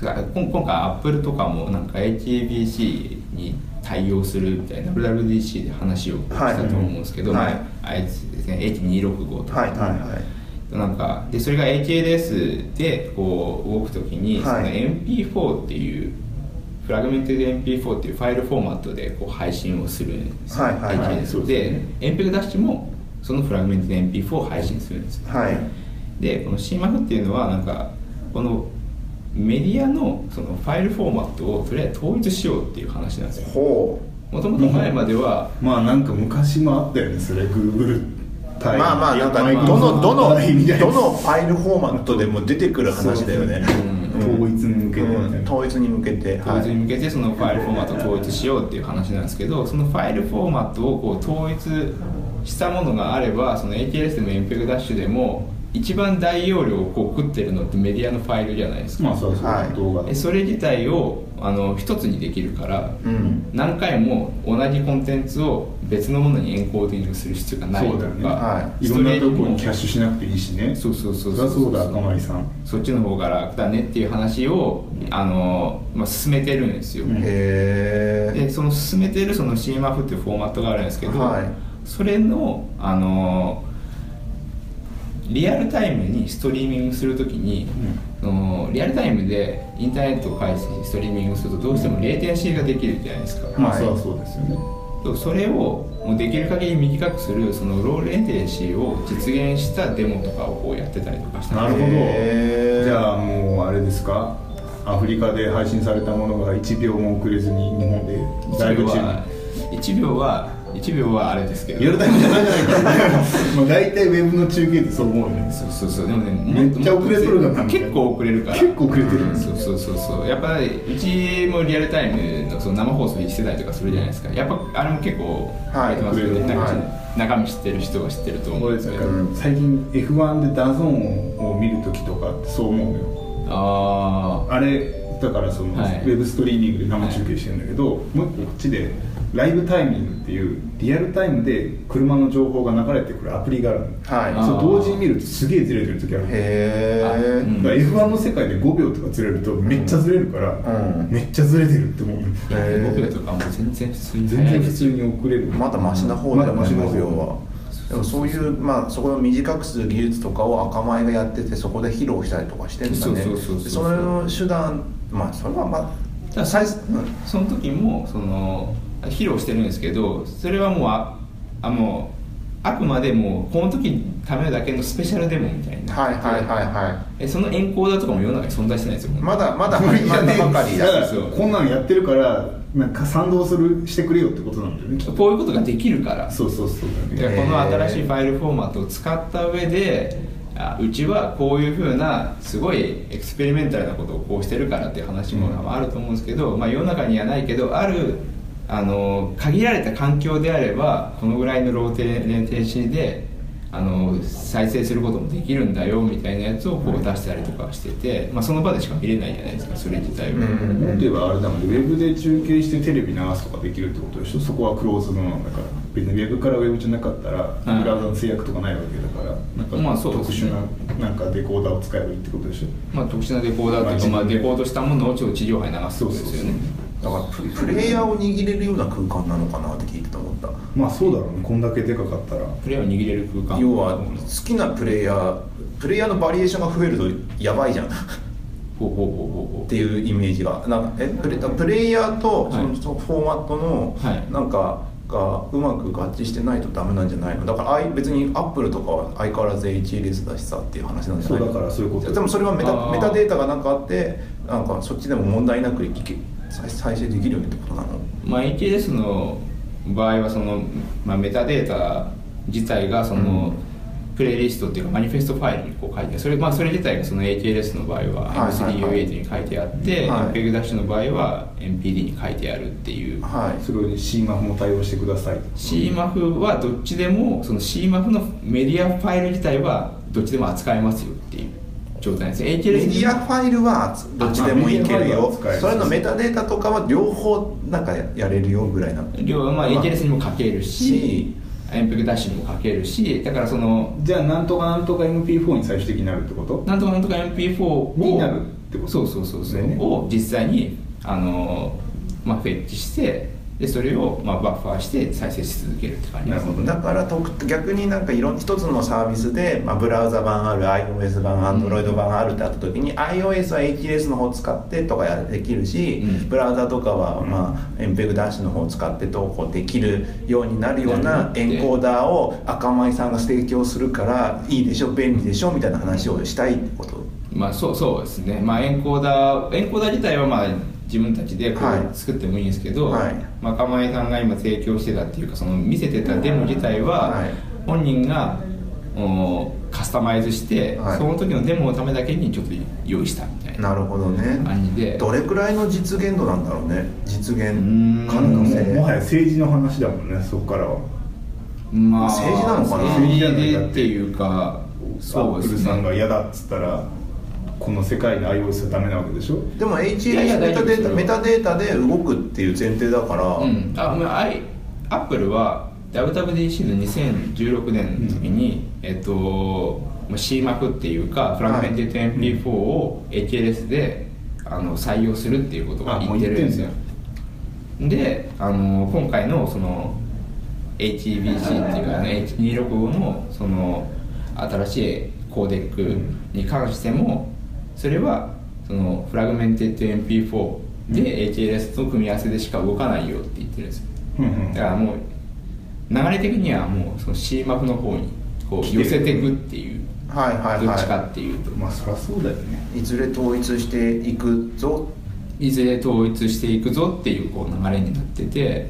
Speaker 3: だからこん今回アップルとかもなんか HABC に対応するみたいな WWDC で話をしたと思うんですけど、
Speaker 4: はい
Speaker 3: まああいつですね H265 とか、
Speaker 4: はいはいはい
Speaker 3: なんかでそれが HLS でこう動くときに、
Speaker 4: はい
Speaker 3: その MP4 っていうフラグメントで MP4 っていうファイルフォーマットでこう配信をするんですよ、
Speaker 4: はいはいはい
Speaker 3: HLS
Speaker 2: そうです
Speaker 3: で
Speaker 2: ね
Speaker 3: MPEG ダッシュもそのフラグメントで MP4 を配信するんですよ
Speaker 4: はい
Speaker 3: でこの CMAF っていうのはなんかこのメディアのそのファイルフォーマットをとりあえず統一しようっていう話なんですよ
Speaker 4: ほ
Speaker 3: もともと前までは
Speaker 2: まあなんか昔もあったよねそれ Google
Speaker 4: う
Speaker 2: 対
Speaker 4: まあまあなんか
Speaker 2: マイクロ
Speaker 4: どのどのどの
Speaker 2: 対みたいな
Speaker 4: ファイルフォーマットでも出てくる話だよね
Speaker 2: そう統一に向けてみたいな
Speaker 4: うん統一に向けては
Speaker 3: 統
Speaker 4: い
Speaker 3: 一に向けてそのファイルフォーマットを統一しようっていう話なんですけどそのファイルフォーマットをこう統一したものがあればその AKS でも MPEG ダッシュでも一番大容量をこう食ってるのってメディアのファイルじゃないですか
Speaker 2: まあそうそう、
Speaker 4: はい
Speaker 2: 動画
Speaker 3: えそれ自体をあの一つにできるから、
Speaker 4: うん
Speaker 3: 何回も同じコンテンツを別のものにエンコーディングする必要がない
Speaker 2: そ
Speaker 3: と
Speaker 2: うだ
Speaker 3: か
Speaker 2: よね、
Speaker 4: はい
Speaker 2: い、ろんなとこにキャッシュしなくていいしね
Speaker 3: そうそうそう
Speaker 2: そりゃそうだ赤森さん
Speaker 3: そっちの方が楽だねっていう話をあの、まあ、進めてるんですよ、
Speaker 2: うん
Speaker 4: へえ
Speaker 3: でその進めてるその CMAF っていうフォーマットがあるんですけど、
Speaker 4: はい
Speaker 3: それのあのリアルタイムにストリーミングするときに、そのリアルタイムでインターネットを介してストリーミングするとどうしてもレイテンシーができるじゃないですか、
Speaker 2: まあ
Speaker 4: はい
Speaker 2: そりゃそうですよね
Speaker 3: そうそれをもうできる限り短くするそのローレンテンシーを実現したデモとかをこうやってたりとかした
Speaker 2: なるほ
Speaker 4: へー
Speaker 2: どじゃあもうあれですかアフリカで配信されたものが1秒も遅れずに日本でライ
Speaker 3: 1
Speaker 2: ブ
Speaker 3: 秒
Speaker 2: 中
Speaker 3: は1秒は1秒はあれですけど
Speaker 2: リアルタイムじゃないじゃないか まあ大体ウェブの中継ってそう思うよね
Speaker 3: そうそうそうでもね
Speaker 2: めっちゃ
Speaker 3: もと
Speaker 2: 遅れとるがな
Speaker 3: 結構遅れるから
Speaker 2: 結構遅れてる
Speaker 3: うんそうそうそうそうやっぱりうちもリアルタイムのその生放送してたりとかするじゃないですかやっぱあれも結構
Speaker 4: はい
Speaker 3: 遅れてますよね、
Speaker 2: 遅れる
Speaker 3: なんか
Speaker 4: はい
Speaker 3: その中身知ってる人が知ってると思うんですけど
Speaker 2: なんか最近 F1 でダゾーンを見るときとかってそう思うよ
Speaker 3: ああ
Speaker 2: あれだからその、
Speaker 3: はい
Speaker 2: ウェブストリーミングで生中継してるんだけど、もう一個こっちでライブタイミングっていうリアルタイムで車の情報が流れてくるアプリがあるの
Speaker 4: はい
Speaker 3: あー
Speaker 2: そう同時に見るとすげえずれてる時ある
Speaker 4: へえ、
Speaker 3: あうん
Speaker 2: だから F1 の世界で5秒とかずれるとめっちゃずれるから、
Speaker 4: うん
Speaker 2: めっちゃずれてるって思う、
Speaker 4: へー
Speaker 3: 5秒とかもう全然普通に
Speaker 2: 全然普通に遅れる
Speaker 4: まだマシな方だ
Speaker 2: まだ
Speaker 4: よ
Speaker 2: マシ
Speaker 4: ね
Speaker 2: な方
Speaker 4: 5秒はでもそういうまあそこの短くする技術とかを赤米がやっててそこで披露したりとかしてんだね
Speaker 3: そうそうそうそう
Speaker 4: でその手段まあそれはま
Speaker 3: た
Speaker 4: あ
Speaker 3: だ
Speaker 4: 最うん
Speaker 3: その時もその披露してるんですけどそれはもうああもうあくまでもうこの時のためだけのスペシャルデモみたいな
Speaker 4: はいはいはいは
Speaker 3: えそのエンコーダーとかも世の中に存在してないですよ
Speaker 4: いまだまだ始まったばかり
Speaker 2: だか
Speaker 4: だ
Speaker 2: ら
Speaker 3: そうそう
Speaker 2: こんなのやってるからなんか賛同するしてくれよってことなんだよねきっと
Speaker 3: こういうことができるから
Speaker 2: そうそうそう
Speaker 3: い
Speaker 2: だ
Speaker 3: や
Speaker 2: ね
Speaker 3: この新しいファイルフォーマットを使った上であうちはこういうふうなすごいエクスペリメンタルなことをこうしてるからっていう話もまああると思うんですけど、まあ、世の中にはないけどあるあの限られた環境であればこのぐらいのローテー停止であの再生することもできるんだよみたいなやつをこう出したりとかしてて、まあ、その場でしか見れないじゃないですかそれ自体は。
Speaker 4: うん
Speaker 2: もっと言えばあれだもんねウェブで中継してテレビ流すとかできるってことでしょそこはクローズドなんだから別にウェブからウェブじゃなかったらブ
Speaker 3: い
Speaker 2: ラウザの制約とかないわけだからなんか、
Speaker 3: まあそうで
Speaker 2: 特
Speaker 3: す
Speaker 2: 殊
Speaker 3: ね
Speaker 2: ななんかデコーダーを使えばいいってことでしょ
Speaker 3: まあ、特殊なデコーダーというか、まあ、デコードしたものをちょっと地上波に流すってことですよね。
Speaker 4: だからププレイヤーを握れるような空間なのかなって聞いてて思った
Speaker 2: まあそうだろうねこんだけでかかったら
Speaker 3: プレイを握れる空間
Speaker 4: 要は好きなプレイヤープレイヤーのバリエーションが増えるとやばいじゃんっ
Speaker 3: ほうほうほうほうほう
Speaker 4: ていうイメージがなんかえプレプレイヤーとそ
Speaker 3: は
Speaker 4: の
Speaker 3: い
Speaker 4: そのフォーマットの
Speaker 3: はい
Speaker 4: なんかがうまく合致してないとダメなんじゃないのだからあい別にアップルとかは相変わらず HLS だしさっていう話なんじゃないの
Speaker 2: そうだからそういうこと
Speaker 4: でもそれはメ
Speaker 3: あ
Speaker 4: タ
Speaker 3: ー
Speaker 4: メタデータがなんかあってなんかそっちでも問題なくいけ再再生できるよねってことなの
Speaker 3: まあ HLS の場合はその、まあ、メタデータ自体がその、プレイリストっていうかマニフェストファイルにこう書いてそれ,、まあ、それ自体がその HLS の場合は
Speaker 4: はいはいはい
Speaker 3: M3U8 に書いてあって、
Speaker 4: はい
Speaker 3: MPEG ダッシュの場合は MPD に書いてあるっていう、
Speaker 4: はい
Speaker 2: それに C マフも対応してくださいと
Speaker 3: CMAF はどっちでもその CMAF のメディアファイル自体はどっちでも扱えますよっていう状態なんです
Speaker 4: メ
Speaker 3: HLS
Speaker 4: ディアファイルはどっちでもいけ
Speaker 2: あメディアファ
Speaker 4: るよ
Speaker 2: イルは使える
Speaker 4: それのメタデータとかは両方なんかやれるよぐらいな
Speaker 3: 量はまあ
Speaker 4: まあ
Speaker 3: HLS にも書けるし
Speaker 4: し
Speaker 3: MPEG ダッシュにも書けるしだからその
Speaker 2: じゃあなんとかなんとか MP4 に最終的になるってこと
Speaker 3: なんとかなんとか MP4 を
Speaker 2: になるってこと
Speaker 3: そうそうそうそう、
Speaker 2: だよね
Speaker 3: を実際にあのー、まあ、フェッチしてでそれをまあバッファーして再生し続けるって感じです
Speaker 2: なるほど
Speaker 4: だからと逆になんかいろん一つのサービスで、まあ、ブラウザ版ある iOS 版 Android 版あるってあった時に、iOS は HLS の方使ってとかやできるし、
Speaker 3: うん
Speaker 4: ブラウザとかは、まあ、MPEG ダッシュの方使って投稿できるようになるようなエンコーダーを赤米さんが提供するからいいでしょ便利でしょみたいな話をしたいってこと
Speaker 3: まあそうそうですねまあエンコーダーエンコーダー自体はまあ自分たちでこ
Speaker 4: は
Speaker 3: う
Speaker 4: い
Speaker 3: 作ってもいいんですけど、
Speaker 4: はい
Speaker 3: まあ釜井さんが今提供してたっていうかその見せてたデモ自体は
Speaker 4: はい
Speaker 3: 本人がおカスタマイズして、
Speaker 4: はい
Speaker 3: その時のデモのためだけにちょっと用意したみたいな
Speaker 4: なるほどね
Speaker 3: 感じで
Speaker 4: どれくらいの実現度なんだろうね実現
Speaker 3: ん
Speaker 4: 可
Speaker 2: なんかも
Speaker 4: 能
Speaker 2: うもは
Speaker 4: 性
Speaker 2: や政治の話だもんねそこからは
Speaker 3: まあ
Speaker 4: 政治なのかな
Speaker 3: 政治でっていうか
Speaker 2: ア
Speaker 3: そう
Speaker 2: ッ
Speaker 3: で
Speaker 2: プル
Speaker 3: す
Speaker 2: さん
Speaker 3: ね
Speaker 2: が嫌だっつったらこの世界の iOS はダメなわけでしょ
Speaker 4: でも
Speaker 3: いやいや
Speaker 4: HLS
Speaker 3: 大
Speaker 4: メ
Speaker 3: 丈
Speaker 4: タ
Speaker 3: 夫で
Speaker 4: デ
Speaker 3: す
Speaker 4: ータ
Speaker 3: よ
Speaker 4: メタデータで動くっていう前提だから、
Speaker 3: うんあまあアイアップルは WWDC の2016年の時に、えっとまあ C 幕っていうかフランメンテッド MP4 を HLS であの採用するっていうことが
Speaker 2: あも
Speaker 3: 言
Speaker 2: う
Speaker 3: って
Speaker 2: 言っ
Speaker 3: る
Speaker 2: て
Speaker 3: ん
Speaker 2: ん
Speaker 3: で
Speaker 2: だ
Speaker 3: すよであの今回のその HBC っていうかあの H265 のその新しいコーデックに関してもそれはそのフラグメンテッド MP4 で HLS と組み合わせでしか動かないよって言ってるんですよ
Speaker 2: うんうん
Speaker 3: だからもう流れ的にはもうその C マフの方にこう寄せていくっていう
Speaker 4: はいはい
Speaker 3: どっちか
Speaker 4: は
Speaker 3: っていうと
Speaker 2: まあそりゃそうだよね
Speaker 4: いいずれ統一していくぞ
Speaker 3: いずれ統一していくぞっていうこう流れになってて、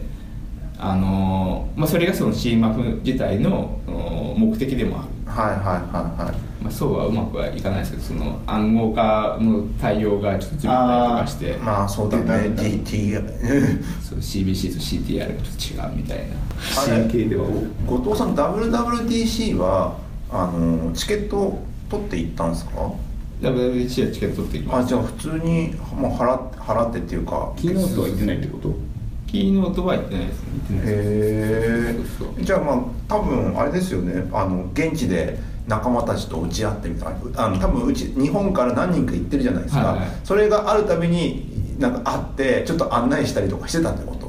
Speaker 3: あのーまあ、それがその CMAF 自体のその目的でもある
Speaker 4: はいはいはいはい
Speaker 3: まあ、そうはうまくはいかないですけどその暗号化の対応がちょっと違ったりとかして
Speaker 4: まあそうだね GT が
Speaker 3: そう CBC と CTR がちょっと違うみたいな
Speaker 4: あれ
Speaker 2: CK では多い
Speaker 4: 後藤さん WWDC はあのチケット取って行ったんですか
Speaker 3: WWDC はチケット取ってきま
Speaker 4: あ
Speaker 3: す
Speaker 4: じゃあ普通にもう払って払ってっていうか
Speaker 2: キーノートは行ってないってこと
Speaker 3: キーノートは行ってないですね行ってないです
Speaker 4: へ
Speaker 3: そうそう
Speaker 4: えじゃあまあ多分あれですよねあの現地で仲間たちと打ち合ってみたいなあの多分うち日本から何人か行ってるじゃないですか、
Speaker 3: はいはい
Speaker 4: それがあるたびになんか会ってちょっと案内したりとかしてたってこと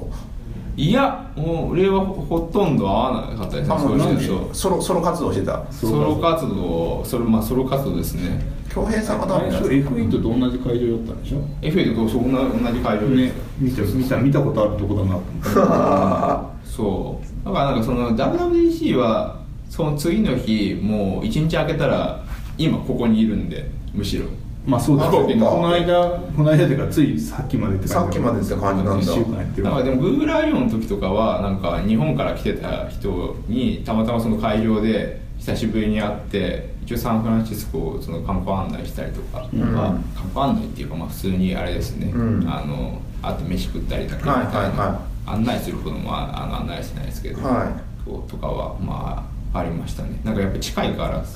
Speaker 3: いやもう俺はほほとんど会わなかったですね
Speaker 4: あも
Speaker 3: そううい
Speaker 4: な
Speaker 3: うん人
Speaker 4: で
Speaker 3: と
Speaker 4: ソロソロ活動してた
Speaker 2: ソ
Speaker 3: ソ
Speaker 2: ロ
Speaker 3: ロ活動それまあソロ活動ですね
Speaker 4: 恭平さんが多分
Speaker 2: 最初 F8 と同じ会場だったんでしょ
Speaker 3: FA とそんな同じ会場で
Speaker 2: ね
Speaker 3: す、
Speaker 2: 見た見た見たことあるとこだなと思っ
Speaker 3: そうだからなんかその WWDC はその次の日もう1日空けたら今ここにいるんでむしろ
Speaker 2: てまあそうだね
Speaker 4: そうか
Speaker 2: この間この間というかついさっきまでって
Speaker 4: さっきまでって感じなん
Speaker 2: 1
Speaker 4: だ
Speaker 2: 週間やってる
Speaker 3: なんかでも Google I の時とかはなんか日本から来てた人にたまたまその会場で久しぶりに会って一応サンフランシスコをその観光案内したりとか、
Speaker 4: ん
Speaker 3: まあ観光案内っていうかまあ普通にあれですね、
Speaker 4: うん
Speaker 3: あのあと飯食ったりだけみたい
Speaker 4: はい
Speaker 3: な、
Speaker 4: はいは
Speaker 3: 案内することもああの案内はしないですけど、
Speaker 4: は
Speaker 3: こうとかはまあありましたねなんかやっぱ近いからもう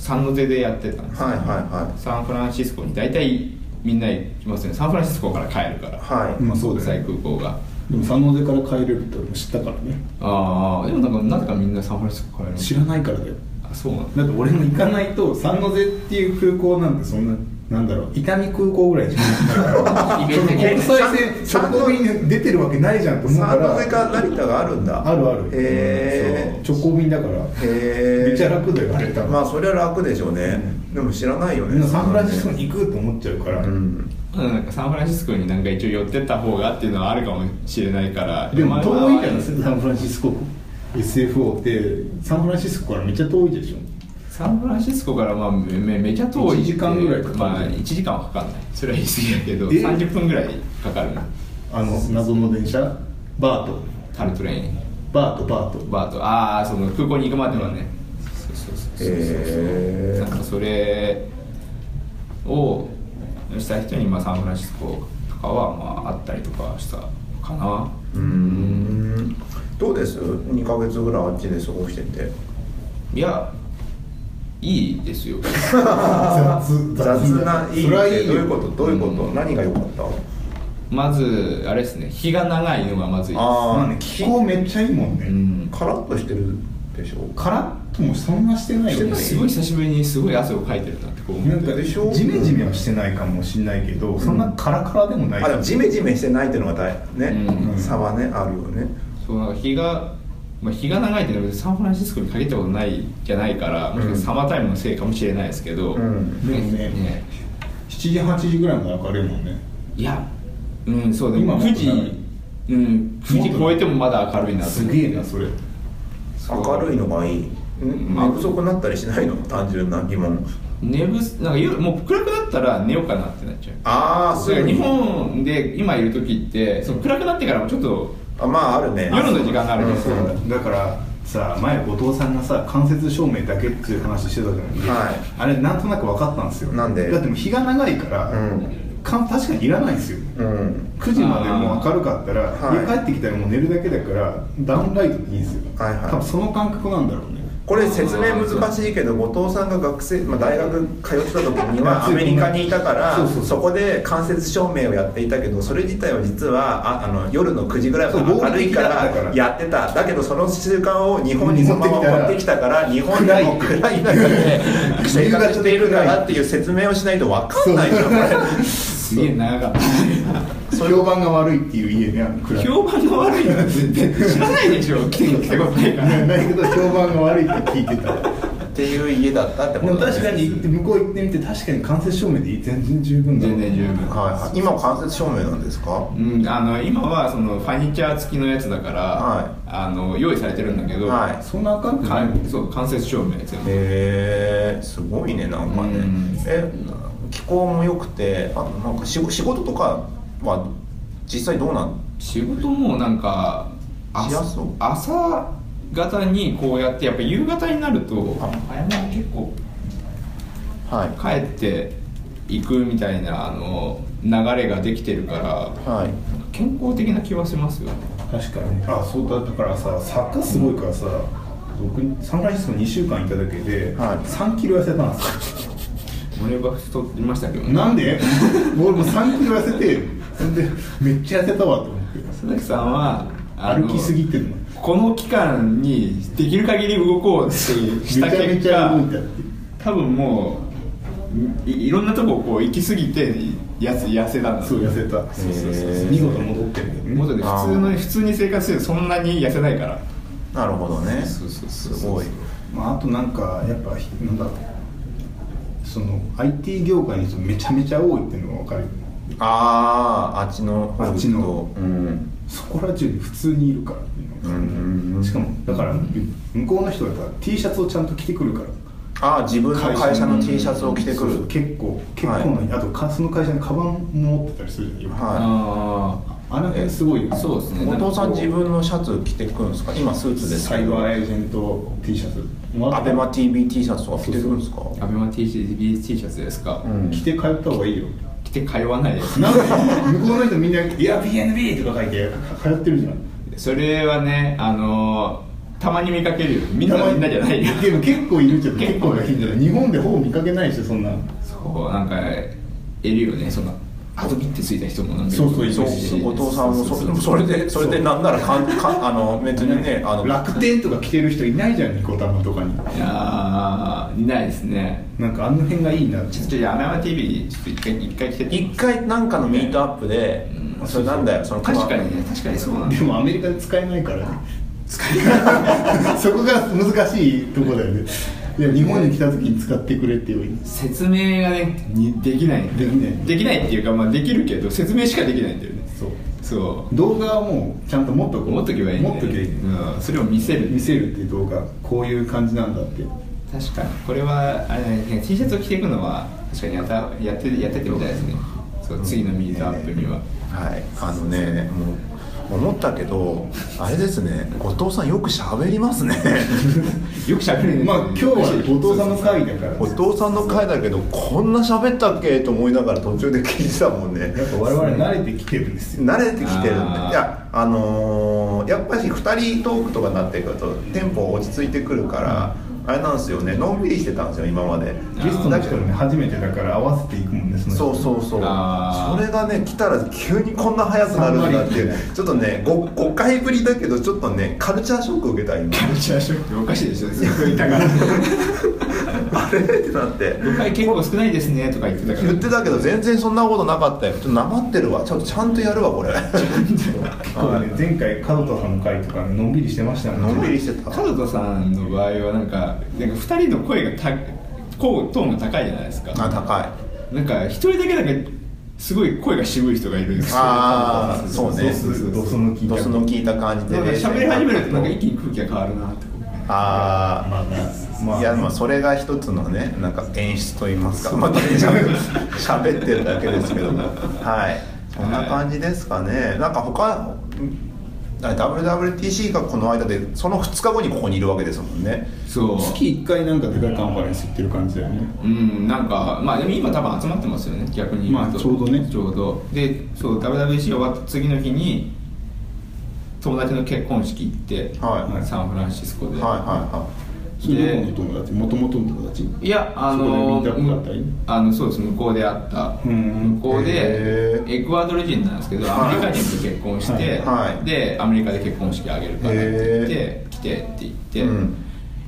Speaker 3: サンノゼでやってたんですよ
Speaker 4: はいはいはい
Speaker 3: サンフランシスコに大体みんな行きますよねサンフランシスコから帰るから
Speaker 4: はい、
Speaker 2: まあそう
Speaker 3: 国
Speaker 2: だ
Speaker 3: 際
Speaker 2: よね
Speaker 3: 空港が。
Speaker 2: でもサノゼから帰れるって俺も知ったからね
Speaker 3: ああでもなんかなぜかみんなサンフランシスコ帰るの
Speaker 2: 知らないからだよ
Speaker 3: あそうなんだ
Speaker 2: だって俺も行かないとサノゼっていう空港なんてそんななんだろう伊丹空港ぐらいじゃない
Speaker 3: イベント
Speaker 2: 国際線
Speaker 4: サ
Speaker 2: 直
Speaker 4: ンノ
Speaker 2: 行便出てるわけないじゃんと思うか
Speaker 4: サン
Speaker 2: ら
Speaker 4: ノゼか成田があるんだ
Speaker 2: あるある
Speaker 4: へえ
Speaker 2: そう直行便だから
Speaker 4: へえ
Speaker 2: めっちゃ楽だよあれ多分
Speaker 4: まあそれは楽でしょうね、
Speaker 2: うん
Speaker 4: でも知らないよ
Speaker 2: みん
Speaker 4: ね
Speaker 2: なサンフランシスコに行くと思っちゃうから、
Speaker 4: うん
Speaker 3: うんなんかサンフランシスコになんか一応寄ってった方がっていうのはあるかもしれないから
Speaker 2: でも
Speaker 3: まあ
Speaker 2: 遠いじゃないですかサンフランシスコ SFO ってサンフランシスコからめっちゃ遠いでしょ
Speaker 3: サンフランシスコからまあめめめちゃ遠い
Speaker 2: 1時間ぐらいかかる
Speaker 3: まあ1時間はかかんないそれは言い過ぎだけど
Speaker 2: え
Speaker 3: 30分ぐらいかかるな
Speaker 2: あの謎の電車バート
Speaker 3: タルトレイン
Speaker 2: バートバート
Speaker 3: バーとああその空港に行くまではねそうそうそうそう
Speaker 4: へー
Speaker 3: なんかそれをした人にまあサンフランシスコとかはまああったりとかしたかな
Speaker 4: うーんどうです2ヶ月ぐらいあっちで過ごしてて
Speaker 3: いやいいですよ
Speaker 2: 雑
Speaker 4: 雑ないい
Speaker 2: それは
Speaker 4: って
Speaker 2: いい
Speaker 4: どう
Speaker 2: よ
Speaker 4: いうことどういうこと、
Speaker 3: うん
Speaker 4: 何が良かった
Speaker 3: まずあれですね日が長いのがまずいです
Speaker 4: あ
Speaker 2: まあね気候めっちゃいいもんね、
Speaker 3: うん
Speaker 4: カラッとしてるでしょ
Speaker 2: カラッともそんなしてないよね
Speaker 3: すごい久しぶりにすごい汗をかいてるなってこう思
Speaker 2: な
Speaker 3: っ
Speaker 2: んか
Speaker 3: て
Speaker 4: でしょ
Speaker 2: ジメジメはしてないかもしれないけど、そんなカラカラでもない
Speaker 4: あでもジメジメしてないっていうのが大ね、
Speaker 3: うん
Speaker 4: 差はねあるよね
Speaker 3: そうなんか日が、まあ、日が長いっていうのはサンフランシスコに限ったことないじゃないから、もしかしたらサマータイムのせいかもしれないですけど、
Speaker 4: うん
Speaker 2: でもね7時8時ぐらいまで明るいもんね
Speaker 3: いやうんそうで
Speaker 2: 今
Speaker 3: も
Speaker 2: もっと
Speaker 3: 富士
Speaker 2: 長い
Speaker 3: うん富士超えてもまだ明るいなと
Speaker 2: す
Speaker 3: 思って
Speaker 2: げえなそれ
Speaker 3: そう
Speaker 4: 明るいのがいいん寝不足になったりしないの単純な疑問
Speaker 3: 寝ぶなんか夜もう暗くなったら寝ようかなってなっちゃう
Speaker 4: ああ
Speaker 3: だから日本で今いる時ってその暗くなってからもちょっと
Speaker 4: あまああるね
Speaker 3: 夜の時間があるんですよ
Speaker 4: うん
Speaker 2: だからさ前後藤さんがさ間接照明だけっていう話してたじゃない
Speaker 4: はい
Speaker 2: あれなんとなく分かったんですよ
Speaker 4: なんで
Speaker 2: だってもう日が長いから、
Speaker 4: うん
Speaker 2: か確かにいらないんですよ
Speaker 4: うん
Speaker 2: 9時までもう明るかったら
Speaker 4: あーはい
Speaker 2: 家帰ってきたらもう寝るだけだからダウンライトでいいんですよ、
Speaker 4: はいはい
Speaker 2: 多分その感覚なんだろうね
Speaker 4: これ説明難しいけど後藤さんが学生、まあ、大学通ってた時にはアメリカにいたから
Speaker 2: そうそうそう
Speaker 4: そこで間接照明をやっていたけどそれ自体は実はああの夜の9時ぐらいまで明るい
Speaker 2: そ
Speaker 4: か
Speaker 2: う合理的だったからら
Speaker 4: やってただけどその習慣を日本にそのまま持ってきたから日本でも
Speaker 2: 暗い
Speaker 4: 暗い中で生活しているからっていう説明をしないと分かんないじゃんこ
Speaker 3: すげえ長かった
Speaker 2: 評判が悪いっていう家にあるくらい
Speaker 3: 評判が悪いのは全然知らないでしょ来て来てこないから
Speaker 2: だけど評判が悪いって聞いてた
Speaker 4: れっていう家だったって
Speaker 2: で
Speaker 4: こ
Speaker 2: も
Speaker 4: とだ、ね、
Speaker 2: 確かに行って向こう行ってみて確かに間接照明でいい全然十分だ
Speaker 3: 全然十分
Speaker 4: はいはい、今は間接照明なんですか
Speaker 3: うん、あの今はそのファニチャー付きのやつだから、
Speaker 4: はい
Speaker 3: あの用意されてるんだけど、
Speaker 4: はい
Speaker 2: そんなあかんくな
Speaker 3: か
Speaker 2: い
Speaker 3: そう間接照明全部
Speaker 4: へえすごいねなんかね
Speaker 3: うん
Speaker 4: え気候も良くてあなんか仕仕事とかは実際どうなん
Speaker 3: 仕事もなんか朝
Speaker 4: しやそう
Speaker 3: 朝方にこうやってやっぱ夕方になるとあやま結構
Speaker 1: はい
Speaker 3: 帰っていくみたいなあの流れができてるから
Speaker 1: はい
Speaker 3: 健康的な気はしますよね
Speaker 2: 確かにあそうだだからさ作家すごいからさ、僕サンフランシスコ2週間行っただけで、
Speaker 1: はい
Speaker 2: 3キロ痩せたんです
Speaker 3: 俺は太りましたけど
Speaker 2: よなんで俺も3キロ痩せてそれでめっちゃ痩せたわと思って
Speaker 3: 鈴木さんはあの
Speaker 2: 歩きすぎてるの
Speaker 3: この期間にできる限り動こうってし
Speaker 2: め
Speaker 3: た
Speaker 2: ちゃめ
Speaker 3: 結
Speaker 2: ちゃ
Speaker 3: 果
Speaker 2: 動いたっていう
Speaker 3: 多分もういいろんなとここう行き過ぎてやせ痩せたんだ
Speaker 2: そう痩せた
Speaker 1: そうそうそうそう
Speaker 2: 見事戻ってるけどね
Speaker 3: もっとね普通の普通に生活してるとそんなに痩せないから
Speaker 1: なるほどね
Speaker 3: そうそうそう
Speaker 1: すごい
Speaker 2: まあ、あとなんかやっぱなんだろうその IT 業界の人めちゃめちゃ多いっていうのが分かるよね
Speaker 1: あああっちの方行くと
Speaker 2: あっちの
Speaker 1: うん
Speaker 2: そこら中に普通にいるからっていうのが分かる
Speaker 1: うんうんうん
Speaker 2: しかもだから向こうの人はさ T シャツをちゃんと着てくるから
Speaker 1: ああ自分の会社の T シャツを着てく
Speaker 2: そう
Speaker 1: る
Speaker 2: 結構結構な、あとかその会社のカバンも持ってたりするじゃん今、
Speaker 1: は
Speaker 3: あ
Speaker 2: あの辺すごいよ
Speaker 3: あそうです
Speaker 1: い
Speaker 3: ね
Speaker 1: 後藤さん
Speaker 3: なん
Speaker 1: 自
Speaker 3: かこう
Speaker 1: 分のシャツ着てくるんですか今スーツです
Speaker 2: サ
Speaker 1: け
Speaker 2: イ
Speaker 1: ど
Speaker 2: バーエージェント T シャツ
Speaker 1: アベマ TV T シャツとか着てくるんですか
Speaker 3: アベマ T シ T シャツですか、
Speaker 1: うん
Speaker 2: 着て帰った方がいいよ
Speaker 3: 着て通わないです
Speaker 2: なんで向こうの人みんな「いや PNB」とか書いて通ってるじゃん
Speaker 3: それはねあのーたまに見かけるよみんなみんなじゃないよ
Speaker 2: でも結構いるじゃん
Speaker 3: 結
Speaker 2: 結
Speaker 3: 構
Speaker 2: 構
Speaker 3: いる
Speaker 2: いるじゃん日本でほぼ見かけないでしょそんな
Speaker 3: そうなんかいるよねそんなあとビってついた人もなんか
Speaker 2: そうそういる
Speaker 1: そう
Speaker 2: し
Speaker 1: 後藤さんも
Speaker 3: そうそう
Speaker 1: そ
Speaker 3: そう
Speaker 1: それでそれでなんならかんかんあの別にねあの
Speaker 2: 楽天とか着てる人いないじゃんニコタマとかに
Speaker 3: いやーいないですね
Speaker 2: なんかあの辺がいいなって
Speaker 3: ちょっとじゃあアベマ TV ちょっと一回一回来て
Speaker 1: 一回なんかのミートアップで、
Speaker 3: うん
Speaker 1: それなんだよその
Speaker 3: 確かにね確かにそうなんだ
Speaker 2: でもアメリカで使えないからね使えないそこが難しいとこだよねいや日本に来た時に使ってくれって言えばいい
Speaker 3: 説明がねにできない
Speaker 2: できない
Speaker 3: できないっていうかまあできるけど説明しかできないんだよね
Speaker 2: そう
Speaker 3: そう
Speaker 2: 動画はもうちゃんと持っとこう
Speaker 3: 持っとけばいいんだよ
Speaker 2: 持っとけばいい、
Speaker 3: うん、それを見せる
Speaker 2: 見せるっていう動画こういう感じなんだって
Speaker 3: 確かにこれはあれだね T シャツを着ていくのは確かにやったやってやっててみたいですねそう次のミートアップには、
Speaker 1: はいあのねもう思ったけどあれですね後藤さんよく喋り ますね
Speaker 3: よくしゃべるね
Speaker 2: まあ今日は後藤さんの会だから
Speaker 1: 後藤さんの回だけどこんな喋ったっけと思いながら途中で聞いてたもんね
Speaker 2: やっぱ我々慣れてきてるんですよ
Speaker 1: 慣れてきてるんで
Speaker 3: あー
Speaker 1: いやあのーやっぱり2人トークとかになってくるとテンポ落ち着いてくるからあれなんですよねのんびりしてたんですよ今まで
Speaker 2: ゲストの
Speaker 1: だけ
Speaker 2: 人
Speaker 1: ど
Speaker 2: に初めてだから合わせていくもんですね
Speaker 1: そう
Speaker 2: う
Speaker 1: そうそう
Speaker 3: あー
Speaker 1: それがね来たら急にこんな早くなるんだっていう
Speaker 2: 三割
Speaker 1: ちょっとね 5, 5回ぶりだけどちょっとねカルチャーショック受けた今
Speaker 3: おかしいでしょずっといたから
Speaker 1: あれってなって
Speaker 3: 「誤解結構少ないですね」とか言ってたから
Speaker 1: 言ってたけど全然そんなことなかったよちょっとなまってるわちょ っとちゃんとやるわこれ
Speaker 2: 結構ね前回角田さんの会とかねのんびりしてましたもん
Speaker 1: のんびり
Speaker 2: し
Speaker 1: してた
Speaker 3: 角田さんの場合はなんかなんか2人の声がたこうトーンが高いじゃないですか
Speaker 1: あ高い
Speaker 3: なんか1人だけなんかすごい声が渋い人がいるんですよ
Speaker 1: あーそうね
Speaker 2: ドスの聞いた
Speaker 1: ドスの効いた感じで
Speaker 3: なんか喋り始めるとなんか一気に空気が変わるなってこう
Speaker 1: あー
Speaker 2: まあねまあ
Speaker 1: いやまあそれが一つのねなんか演出といいますかまた 喋ってるだけですけどもはいそんな感じですかねなんか他あ WWTC がこの間でその2日後にここにいるわけですもんね
Speaker 3: そう
Speaker 2: 月1回なんかでかいカンファレンス行ってる感じだよね
Speaker 3: うんなんかまあでも今多分集まってますよね逆に言と
Speaker 2: まあちょうどね
Speaker 3: ちょうどでそう WWC 終わった次の日に友達の結婚式行って、
Speaker 1: はい
Speaker 3: サンフランシスコで、
Speaker 1: はいはいは
Speaker 2: それ
Speaker 3: で
Speaker 2: どこの友達もともとの友達
Speaker 3: いやあ
Speaker 2: そこでミー
Speaker 3: の
Speaker 2: トアップだったり
Speaker 3: むあのそうです向こうで会った
Speaker 2: うん
Speaker 3: 向こうで
Speaker 1: へ
Speaker 3: エクアドル人なんですけどアメリカ人と結婚して、
Speaker 1: はいはい
Speaker 3: でアメリカで結婚式あげるからって言って来てって言って、
Speaker 1: うん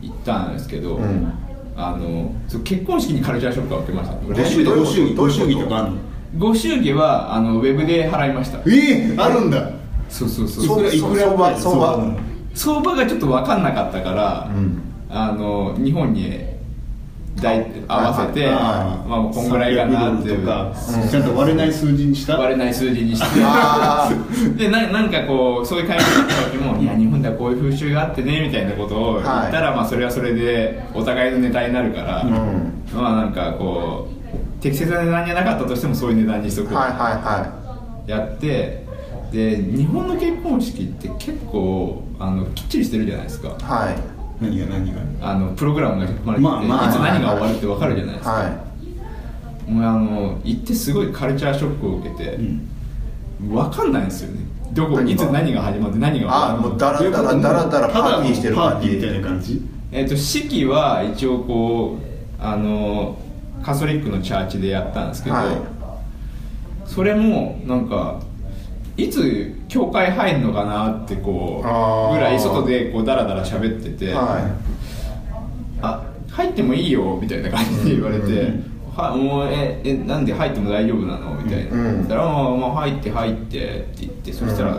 Speaker 3: 行ったんですけど、
Speaker 1: うん
Speaker 3: あのそう結婚式にカルチャーショックが受けました
Speaker 2: ご
Speaker 1: え
Speaker 2: 祝儀
Speaker 1: どういう
Speaker 2: ご
Speaker 1: こと
Speaker 2: 祝儀
Speaker 1: どういうこと
Speaker 2: ご祝儀とかあんの
Speaker 3: ご祝儀はあのウェブで払いました
Speaker 2: えー、あるんだ
Speaker 3: そうそうそう
Speaker 1: そう
Speaker 2: いくら
Speaker 1: 相場相場
Speaker 3: 相場がちょっと分かんなかったから、
Speaker 1: うん
Speaker 3: あの日本に大合わせて
Speaker 2: あー
Speaker 3: まあこんぐらいかなってい
Speaker 2: 300ドル
Speaker 3: う
Speaker 2: とか、ちゃんと割れない数字にした
Speaker 3: 割れない数字にし
Speaker 1: いあ
Speaker 3: て でななんかこうそういう会議に行った時も「いや日本ではこういう風習があってね」みたいなことを言ったら、まあそれはそれでお互いのネタになるから、
Speaker 1: ん
Speaker 3: まあなんかこう適切な値段じゃなかったとしてもそういう値段にしとこ
Speaker 1: ー
Speaker 3: う、
Speaker 1: はいはいは
Speaker 3: やってで日本の結婚式って結構あのきっちりしてるじゃないですか
Speaker 1: はい
Speaker 2: 何が何が
Speaker 3: あのプログラムが組まれてて、
Speaker 2: まあまあ
Speaker 3: いつ何が終わるって分かるじゃないですか、
Speaker 1: は
Speaker 3: もうあの行ってすごいカルチャーショックを受けて、分かんないんですよねどこ
Speaker 1: 何が
Speaker 3: いつ何が始まって何が終わ
Speaker 1: あ
Speaker 3: るの
Speaker 1: もうだらだらだらだらパーティーしてる
Speaker 2: パー
Speaker 1: 感
Speaker 2: ティー
Speaker 1: じ
Speaker 2: みたいな感じ
Speaker 3: えっと式は一応こうあのカソリックのチャーチでやったんですけど、
Speaker 1: はい
Speaker 3: それもなんかいつ教会入るのかなってこ
Speaker 1: あ
Speaker 3: う
Speaker 1: ー
Speaker 3: ぐらい外でこうダラダラ喋ってて、
Speaker 1: は
Speaker 3: あ入ってもいいよみたいな感じで言われて、
Speaker 1: うんうん
Speaker 3: はもうええなんで入っても大丈夫なのみたいな、
Speaker 1: うんうん
Speaker 3: そしたら「あまあ入って入って」って言ってそしたら、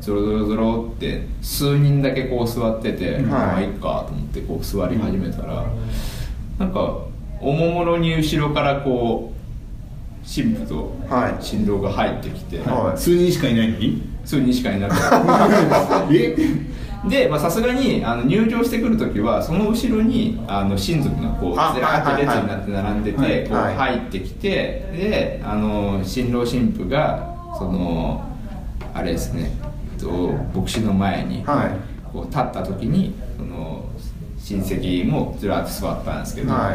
Speaker 3: ゾロゾロゾロって数人だけこう座ってて、
Speaker 1: ん
Speaker 3: まあいいかと思ってこう座り始めたら、なんかおもむろに後ろからこう神父と
Speaker 1: はい
Speaker 3: 新郎が入ってきて、
Speaker 1: はい
Speaker 2: 数人しかいないのに
Speaker 3: 数人しか いなくて。
Speaker 2: え
Speaker 3: でまあさすがにあの入場してくる時はその後ろにあの親族がこうず
Speaker 1: あ
Speaker 3: らー
Speaker 1: は
Speaker 3: って
Speaker 1: い
Speaker 3: 列
Speaker 1: はいはい
Speaker 3: になって並んでて、
Speaker 2: はい
Speaker 3: こう
Speaker 1: はい
Speaker 3: 入ってきてであの新郎新婦がそのあれですねえっと牧師の前に
Speaker 1: はい
Speaker 3: こう立った時にその親戚もずらーっと座ったんですけ
Speaker 1: い
Speaker 3: ど、
Speaker 1: は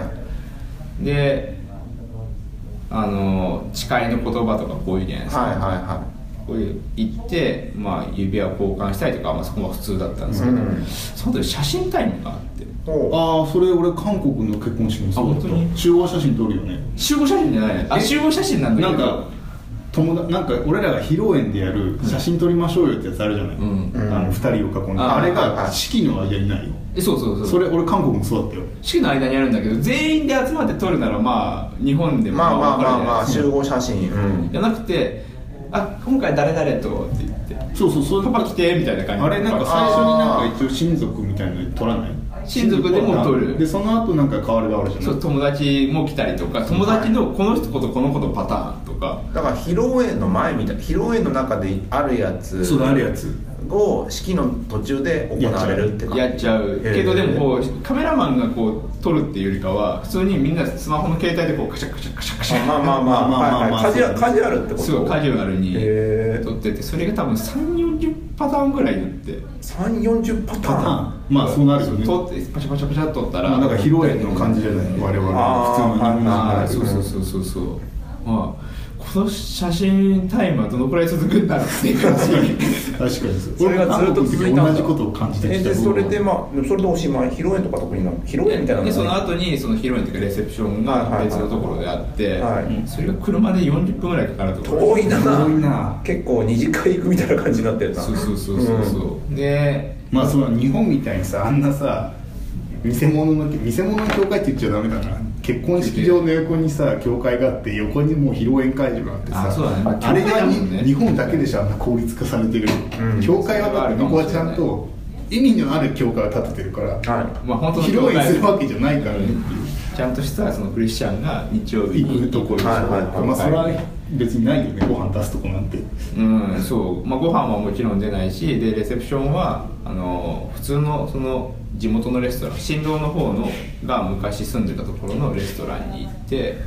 Speaker 3: であの誓いの言葉とかこういうじゃな
Speaker 1: いはい
Speaker 3: いですか、
Speaker 1: は
Speaker 3: こういう行って、まあ、指輪交換したりとか、まあ、そこは普通だったんですけど、
Speaker 1: うん
Speaker 3: その時写真タイムがあって
Speaker 1: いお
Speaker 2: ああそれ俺韓国の結婚式もそうだっ
Speaker 3: あ本当
Speaker 2: た
Speaker 3: に
Speaker 2: 集合写真撮るよね
Speaker 3: 集合写真じゃないあ
Speaker 2: え
Speaker 3: 集合写真なんだ
Speaker 2: な
Speaker 3: け
Speaker 2: ん
Speaker 3: ど
Speaker 2: か友達なんか俺らが披露宴でやる写真撮りましょうよってやつあるじゃない、
Speaker 3: ん
Speaker 2: あの2人を囲んで
Speaker 3: あ
Speaker 2: あれ
Speaker 1: はいは
Speaker 2: が
Speaker 1: い
Speaker 2: 式の間にないよ
Speaker 3: えそうそうそう
Speaker 2: それ俺韓国もそうだったよ
Speaker 3: 式の間にあるんだけど全員で集まって撮るならまあ日本でも
Speaker 1: まあまあ
Speaker 3: わか
Speaker 1: まあ
Speaker 3: るじゃ
Speaker 1: ま
Speaker 3: ない
Speaker 1: あ
Speaker 3: ですか
Speaker 1: 集合写真うん
Speaker 3: じゃなくて「あ今回誰々と」って言って
Speaker 2: そうそう
Speaker 3: 「
Speaker 2: そう
Speaker 3: パパ来て」みたいな感じ
Speaker 2: あれなんか最初になんか一応親族みたいなの撮らない
Speaker 3: 親族でも撮る
Speaker 2: でその後なんか変わる変わるじゃ
Speaker 3: そ
Speaker 2: ないう
Speaker 3: 友達も来たりとか友達のこの人ことこのことパターンとか
Speaker 1: だから披露宴の前みたい披露宴の中であるやつ
Speaker 2: そうだあるやつ
Speaker 1: を式の途中で行われるって感じ
Speaker 3: やっちゃうけど
Speaker 1: へ
Speaker 3: で
Speaker 1: ー
Speaker 3: もこうカメラマンがこう撮るっていうよりかは普通にみんなスマホの携帯でこうカシャカシャカシャカシャ
Speaker 1: まあまあまあまあまあまあカジュアルカジュアルってこと
Speaker 3: すごいカジュアルに
Speaker 1: へー
Speaker 3: 撮っててそれが多分3 4 0パターンぐらいやって
Speaker 1: 3 4 0パタ
Speaker 2: パターン
Speaker 1: ーン
Speaker 2: まあそうなるよね
Speaker 3: 撮ってパシャパシャパシャ撮ったら
Speaker 2: まあなんか披露宴の感じじゃない我々
Speaker 1: あー
Speaker 2: は普通の日本人な
Speaker 3: あ
Speaker 2: ら
Speaker 3: あそうそうそうそうそうまあこの写真タイムはどのくらい続くんだろうっていう感じ
Speaker 2: 確かにそう
Speaker 1: それがずっと続いたんだ
Speaker 2: 俺も韓国の時同じことを感じて
Speaker 1: え
Speaker 2: きた
Speaker 1: でそれでまあそれでおしまい披露宴とか特にな披露宴みたいなの
Speaker 3: で
Speaker 1: が
Speaker 3: その後にその披露宴というかレセプションが別のところであって、
Speaker 1: はいはいはい
Speaker 3: それが車で40分ぐらいかかるところ
Speaker 1: 遠いな
Speaker 2: 遠いな
Speaker 1: 結構二次会行くみたいな感じになってるな
Speaker 3: そうそうそうそうそう、で
Speaker 2: まあその日本みたいにさあんなさ偽物の見せ物の教会って言っちゃダメだな結婚式場の横にさ教会があって横にもう披露宴会場があってさ
Speaker 3: あそうだねまあ
Speaker 2: あれ
Speaker 3: 教会
Speaker 2: が
Speaker 3: だも
Speaker 2: に
Speaker 3: んね
Speaker 2: 日本だけでしょあんな効率化されてる、
Speaker 1: うん
Speaker 2: 教会はだって向こうはちゃん
Speaker 3: それは
Speaker 2: と意味のある教会を建ててるから、
Speaker 1: はい
Speaker 3: まあ本
Speaker 2: 披
Speaker 3: 当の
Speaker 2: 露
Speaker 3: 教
Speaker 2: 宴
Speaker 3: 会
Speaker 2: するわけじゃないからねっていう
Speaker 3: ちゃんとしたそのクリスチャンが日曜日
Speaker 2: 行
Speaker 3: に
Speaker 2: くところでしょ、
Speaker 1: はいはいはい
Speaker 2: まあそれは別にないよねご飯出すとこなんて
Speaker 3: うんそう、まあ、ご飯はもちろん出ないしでレセプションはあの普通のその地元のレストラン新郎の方のが昔住んでたところのレストランに行って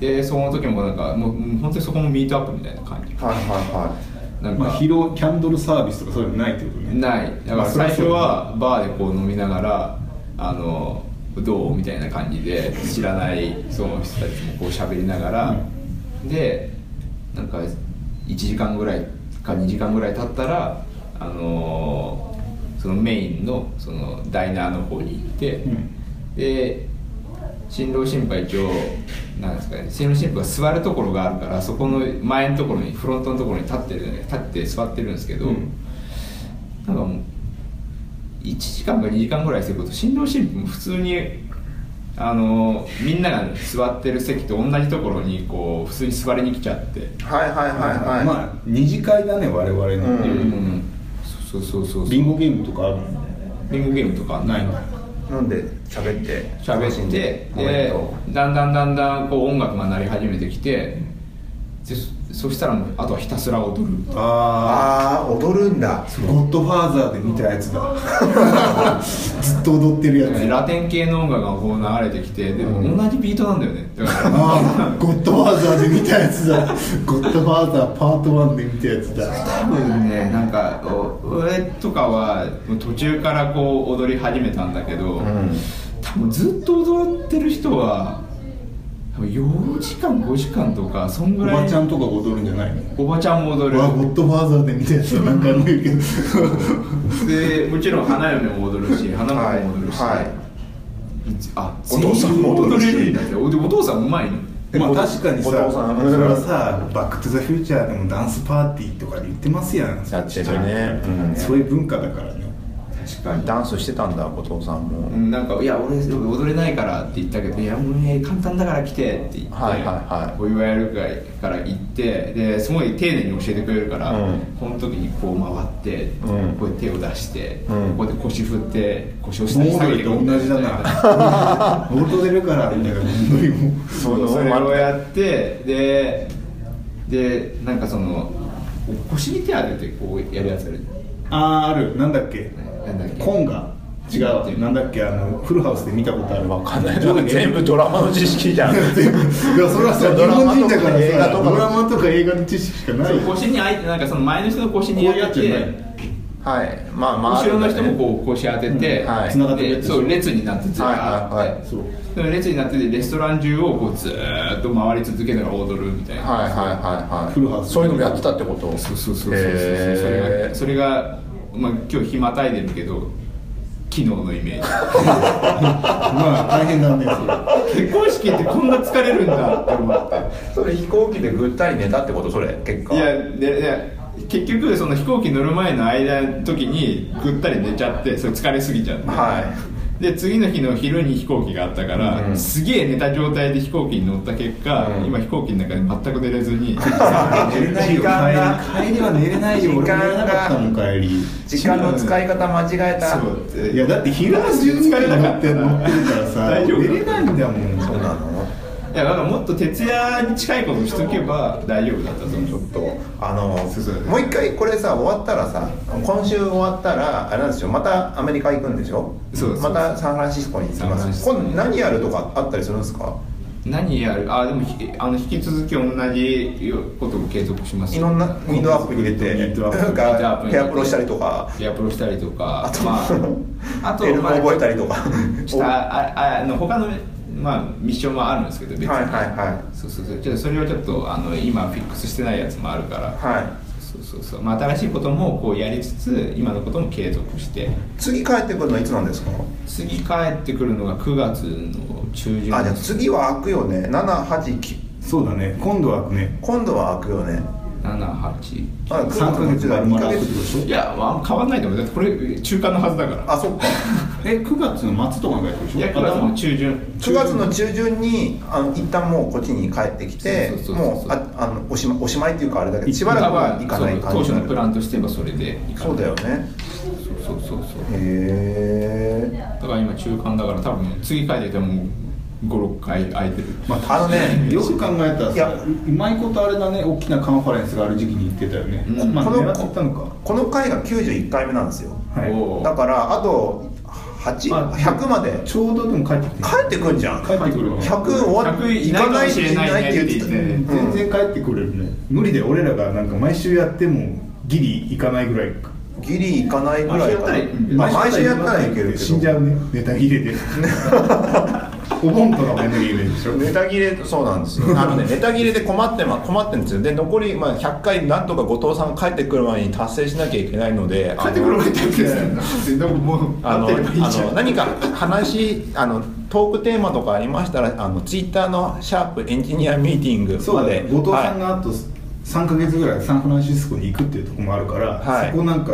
Speaker 3: でその時もなんかもうもう本当にそこもミートアップみたいな感じ
Speaker 1: はいは
Speaker 3: なんか、
Speaker 2: まあ披露キャンドルサービスとかそういうのないってことね
Speaker 3: ないだ
Speaker 2: ま
Speaker 3: から
Speaker 2: あそれはそうだ
Speaker 3: 最初
Speaker 2: ね
Speaker 3: はバーでこう飲みながらあのどうみたいな感じで知らないその人たちもこう喋りながら、でなんか1時間ぐらいか2時間ぐらい経ったらあのそのメインのそのダイナーの方に行って、
Speaker 2: ん
Speaker 3: で新郎新婦は一応なんですかね新郎新婦が座るところがあるからそこの前のところにフロントのところに立ってる立って座ってるんですけど、なんかもう1時間か2時間ぐらいすること新郎新婦も普通にあのみんなが座ってる席と同じところにこう普通に座りに来ちゃって、
Speaker 1: いはいはいはいはい
Speaker 2: まあ二次会だね我々
Speaker 1: う
Speaker 2: の、
Speaker 3: うんん、そうそうそうそう
Speaker 2: ビンゴゲームとかあるの
Speaker 3: ビンゴゲームとかないの
Speaker 1: 飲んで喋って
Speaker 3: 喋って
Speaker 1: コメン
Speaker 3: で
Speaker 1: ト
Speaker 3: だんだんだんだんこう音楽が鳴り始めてきてでそそしたらもうあとはひたすら踊る
Speaker 2: ああ
Speaker 4: ああ踊るんだ
Speaker 2: ゴッドファーザーで見たやつだ ずっと踊ってるやつ
Speaker 3: ラテン系の音楽がこう流れてきてでも同じビートなんだよねだから
Speaker 2: ああゴッドファーザーで見たやつだゴッドファーザーパート1で見たやつだ
Speaker 3: 多分ねなんかお俺とかは途中からこう踊り始めたんだけど、多分ずっと踊ってる人は多分4時間5時間とかそん
Speaker 2: お
Speaker 3: ぐらい
Speaker 2: ばちゃんとか踊るんじゃないの
Speaker 3: おばちゃんも踊る
Speaker 2: わゴッドファーザーで見たやつだなんかあんないけど
Speaker 3: でもちろん花嫁も踊るし花婿も踊るし、
Speaker 4: はいはい
Speaker 3: あ
Speaker 4: お父さんも踊るし
Speaker 3: 全員踊れるんだっておでお父さんうまいの
Speaker 2: まあ確かにさ
Speaker 4: お父さん
Speaker 2: 俺らさ「バック・トゥ・ザ・フューチャー」でもダンスパーティーとかで言ってますやん
Speaker 4: やってるねうん
Speaker 2: そういう文化だからね
Speaker 3: 確かに
Speaker 4: ダンスしてたんだ後藤さんも、
Speaker 3: うんなんか「いや俺踊れないから」って言ったけど「いやもうね簡単だから来て」って言って、
Speaker 4: はいはいはい
Speaker 3: お祝いやるから行ってですごい丁寧に教えてくれるから、
Speaker 4: うん
Speaker 3: この時にこう回って、
Speaker 4: うん
Speaker 3: こうやって手を出して、
Speaker 4: うん
Speaker 3: こうやって腰振って腰を下に
Speaker 2: 盆
Speaker 3: 下げ
Speaker 2: 踊
Speaker 3: て
Speaker 2: りと同じ だな盆踊れるからみたいな盆踊りも
Speaker 4: その
Speaker 3: それをやってででなんかその腰に手当ててこうやるやつある
Speaker 2: あーあるなんだっけ
Speaker 3: なんだっけ
Speaker 2: コンガ違うなんだっけあのフルハウスで見たことある
Speaker 4: わかんない全部ドラマの知識じゃん
Speaker 2: 全部いやそれはさ
Speaker 4: ド
Speaker 2: ド
Speaker 4: ラ
Speaker 2: ラ
Speaker 4: マ
Speaker 2: マ
Speaker 4: と
Speaker 2: と
Speaker 4: か
Speaker 2: か
Speaker 4: 映
Speaker 2: 映
Speaker 4: 画
Speaker 2: 画
Speaker 4: とか
Speaker 2: ドラマとか映画の知識しかない
Speaker 3: そう腰にあいてなんかその前の人の腰に
Speaker 2: こういうや
Speaker 3: 当
Speaker 2: つじ
Speaker 3: て
Speaker 2: ゃな
Speaker 3: て
Speaker 2: い
Speaker 4: はいまあまあ
Speaker 3: 後ろの人も
Speaker 4: う
Speaker 3: こう腰当てて、
Speaker 4: うんはい
Speaker 2: 繋がってるやつ
Speaker 3: で
Speaker 2: でしょ
Speaker 3: そう列になってずっと
Speaker 4: はいはいはい
Speaker 2: そう
Speaker 3: その列になっててレストラン中をこうずーっと回り続けながら踊るみたいな、
Speaker 4: はいはいはいはい
Speaker 2: フルハウス
Speaker 4: そういうのもやってたってこと
Speaker 3: そうそうそうそうそう、それ
Speaker 4: へ
Speaker 3: が
Speaker 4: ー
Speaker 3: それが、まあ、今日日またいでるけど昨日のイメージ
Speaker 2: まあ大変だねそれ
Speaker 3: 結婚式ってこんな疲れるんだって思って
Speaker 4: それ飛行機でぐったり寝たってことそれ結果
Speaker 3: いやでで結局その飛行機乗る前の間の時にぐったり寝ちゃってそれ疲れすぎちゃって、
Speaker 4: はい
Speaker 3: で次の日の昼に飛行機があったから、
Speaker 4: うん
Speaker 3: すげえ寝た状態で飛行機に乗った結果、
Speaker 4: うん
Speaker 3: 今飛行機の中で全く寝れず に
Speaker 4: 寝れない
Speaker 2: 帰り帰
Speaker 4: よ
Speaker 2: りは寝れないよ
Speaker 4: 時
Speaker 2: 俺も
Speaker 4: 間
Speaker 2: 寝
Speaker 4: が
Speaker 2: れなかったもん帰り
Speaker 4: 時間の使い方間違えた
Speaker 3: そう
Speaker 2: いやだって昼の12時から乗って乗ってるからさ
Speaker 3: 大
Speaker 2: 寝
Speaker 3: 丈夫
Speaker 2: れないんだもん
Speaker 4: そうなの
Speaker 3: いやなんかもっと徹夜に近いことしとけば大丈夫だったと思う
Speaker 4: とあの
Speaker 3: そうそう
Speaker 4: もう一回これさ終わったらさ今週終わったらあれなんですよまたアメリカ行くんでしょ
Speaker 3: そうです
Speaker 4: またサンフランシスコに行き
Speaker 3: サン
Speaker 4: ま
Speaker 3: フランシ
Speaker 4: す
Speaker 3: スコ
Speaker 4: 今度何やるとかあったりするんですか
Speaker 3: 何やるあでもひあの引き続き同じことを継続します
Speaker 4: いろんなウィンドアップに入れて
Speaker 2: ウィンドアップ
Speaker 4: なん
Speaker 3: ウィンドアッ
Speaker 4: か
Speaker 3: プに入れて
Speaker 4: ヘアプロしたりとか
Speaker 3: エアプロしたりとか
Speaker 4: あと
Speaker 3: ま あ、あと
Speaker 4: エルボ
Speaker 3: まあ
Speaker 4: 覚えたりとか
Speaker 3: したあああの他の、まあ、ミッションもあるんですけど別に、
Speaker 4: はいはいは
Speaker 3: そうそうそうちょっとそれをちょっとあの今フィックスしてないやつもあるから、
Speaker 4: はい
Speaker 3: そうそうそう、まあ、新しいこともこうやりつつ今のことも継続して
Speaker 4: 次帰ってくるのはいつなんですか
Speaker 3: 次帰ってくるのが9月の中旬
Speaker 4: あじゃあ次は開くよね789
Speaker 2: そうだね今度はね
Speaker 4: 今度は開くよね
Speaker 3: 78
Speaker 4: まだ
Speaker 2: 3ヶ月丸
Speaker 4: 2
Speaker 2: 々
Speaker 4: ヶ
Speaker 2: 開く
Speaker 4: 月
Speaker 2: でしょ
Speaker 3: いや、まあ、変わんないと思うだってこれ中間のはずだから
Speaker 4: あそっか
Speaker 2: え9月の末とかがやるでしょ
Speaker 3: いや9月の中旬
Speaker 4: 9月の中旬にあの一旦もうこっちに帰ってきて
Speaker 3: そうそうそう
Speaker 4: も
Speaker 3: そう
Speaker 4: うああのおしまおしまいっていうかあれだけどしばらくは行かない
Speaker 3: そう
Speaker 4: 感
Speaker 3: 当
Speaker 4: じ
Speaker 3: 初の
Speaker 4: に
Speaker 3: プ
Speaker 4: なる
Speaker 3: ランとしてはそれで行か
Speaker 4: そ
Speaker 3: ないう
Speaker 4: だよね
Speaker 3: そうそうそうそう
Speaker 4: へえ
Speaker 3: だから今中間だから多分次帰ってきたらもう56回空いてる
Speaker 2: まあ、
Speaker 4: あのね
Speaker 2: よく考えたら
Speaker 4: いや
Speaker 2: さうまいことあれだね大きなカンファレンスがある時期に行ってたよね、
Speaker 3: うん
Speaker 2: まあ
Speaker 4: この
Speaker 2: 狙ってたのか
Speaker 4: この回が91回目なんですよ
Speaker 2: はい
Speaker 3: おう
Speaker 4: だからあと8
Speaker 2: あ
Speaker 4: 100まで
Speaker 2: ちょうどでも帰ってきて
Speaker 4: 帰ってくんじゃん
Speaker 2: 帰ってくるわ
Speaker 4: 100終わって
Speaker 3: 100いないかもしれないねって言って
Speaker 4: 行かない
Speaker 2: 全
Speaker 4: って言って
Speaker 2: 然帰ってくれるね、無理で俺らがなんか毎週やってもギリ行かないぐらいか
Speaker 4: たギリ行かないぐらいかなまあ毎週やったらいけるけど
Speaker 2: 死んじゃうねネタ切れ でお盆とかもネタ切れでしょ
Speaker 4: ネタ切れそうなんです よあのねネタ切れで困ってま困ってるんですよで残りまあ100回なんとか後藤さんが帰ってくる前に達成しなきゃいけないので
Speaker 3: 帰ってくるわけだけですなんかもう
Speaker 4: あのあ
Speaker 3: 会ってればいいじゃ
Speaker 4: の
Speaker 3: ん
Speaker 4: 何か話あのトークテーマとかありましたらあのツイッターの「シャープエンジニアミーティング」
Speaker 2: そう
Speaker 4: ま
Speaker 2: だ
Speaker 4: で
Speaker 2: ね後藤さん
Speaker 4: はい
Speaker 2: があと3か月ぐらいサンフランシスコに行くっていうところもあるから、
Speaker 4: はい
Speaker 2: そこなんか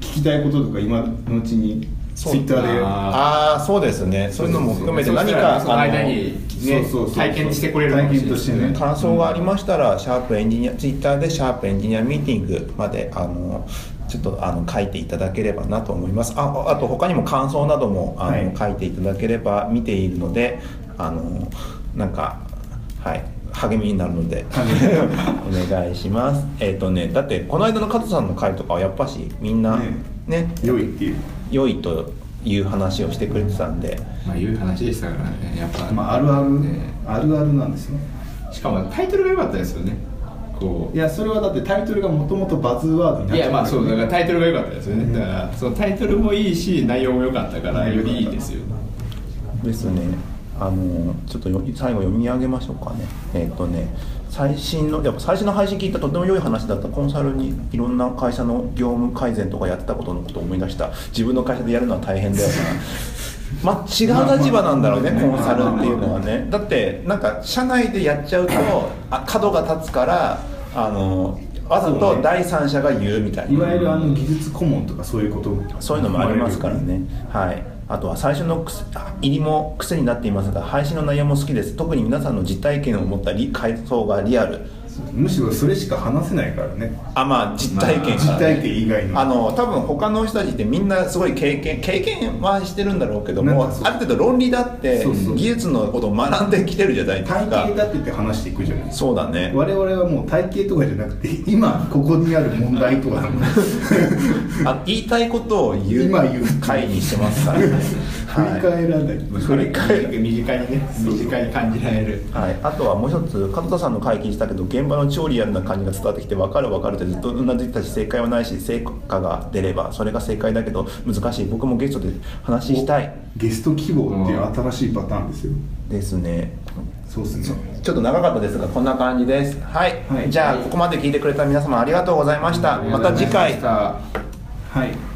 Speaker 2: 聞きたいこととか今のうちにツ
Speaker 4: そう
Speaker 2: イッターで
Speaker 4: ああそうですねそういうのも含めて
Speaker 3: そうそう
Speaker 4: 何
Speaker 3: そう
Speaker 4: か
Speaker 3: その
Speaker 4: あの
Speaker 3: 間にね
Speaker 2: そうそうそう
Speaker 3: 体験してくれるかもしれない
Speaker 2: 体験としてね
Speaker 4: 感想がありましたら「シャープエンジニア」ツイッターで「シャープエンジニアミーティング」まであのちょっとあの書いていただければなと思いますああと他にも感想などもあの、
Speaker 2: はい
Speaker 4: 書いていただければ見ているのであのなんかはい「励みになる のでお願いしますえっ、とねだってこの間の加藤さんの回とかはやっぱしみんな
Speaker 2: ね
Speaker 4: ね
Speaker 2: 良いっていう
Speaker 4: 良いという話をしてくれてたんで
Speaker 3: まあいう話でしたからねやっぱ、
Speaker 2: まああるある、
Speaker 3: ね
Speaker 2: あるあるなんですよ
Speaker 3: しかもタイトルが良かったですよねこう
Speaker 2: いやそれはだってタイトルがもともとバズワードになっ
Speaker 3: い
Speaker 2: ちゃ
Speaker 3: やまあそうだから
Speaker 2: ら
Speaker 3: タイトルが良かったですよね、
Speaker 2: うん
Speaker 3: だからそのタイトルもいいし内容も良かったからよりいいですよ
Speaker 4: ですねあのちょっとよ最後読み上げましょうかねえっ、とね最新のやっぱ最新の配信聞いたとても良い話だったコンサルにいろんな会社の業務改善とかやってたことのことを思い出した自分の会社でやるのは大変だよなまあ違う立場なんだろうねコンサルっていうのはねだってなんか社内でやっちゃうとあ角が立つからあのわざと第三者が言うみたいない
Speaker 2: わゆるあの技術顧問とかそういうこと
Speaker 4: そういうのもありますからね、はい、あとは最初の癖あ入りも癖になっていますが配信の内容も好きです特に皆さんの実体験を持ったり回想がリアル
Speaker 2: むしろそれしか話せないからね
Speaker 4: あまあ実体験
Speaker 2: 実
Speaker 4: が
Speaker 2: 体験以外の
Speaker 4: あの多分他の人たちってみんなすごい経験経験はしてるんだろうけど
Speaker 2: な
Speaker 4: も
Speaker 2: んかそう
Speaker 4: ある程度論理だって
Speaker 2: そうそう
Speaker 4: 技術のことを学んできてるじゃないです
Speaker 2: 体
Speaker 4: か
Speaker 2: 系だって言って話していくじゃないですか
Speaker 4: そうだね
Speaker 2: 我々はもう体系とかじゃなくて今ここにある問題とか
Speaker 4: あ言いたいことを言う
Speaker 2: 今言う
Speaker 4: 回にしてますからね、
Speaker 2: 振り返らない、
Speaker 4: 振り返る
Speaker 3: 身近にね身近に感じられる
Speaker 4: はい、あとはもう一つ加藤さんの会議したけど現場の超リアルな感じが伝わってきて分かる分かるってずっとうなずいてたし正解はないし成果が出ればそれが正解だけど難しい僕もゲストで話したい
Speaker 2: ゲスト希望っていう新しいパターンですよ
Speaker 4: ですね
Speaker 2: そうですね
Speaker 4: ちょっと長かったですがこんな感じですはい、
Speaker 2: はい
Speaker 4: じゃあここまで聞いてくれた皆様ありがとうございましたまた次回
Speaker 3: ありがとうございました
Speaker 2: はい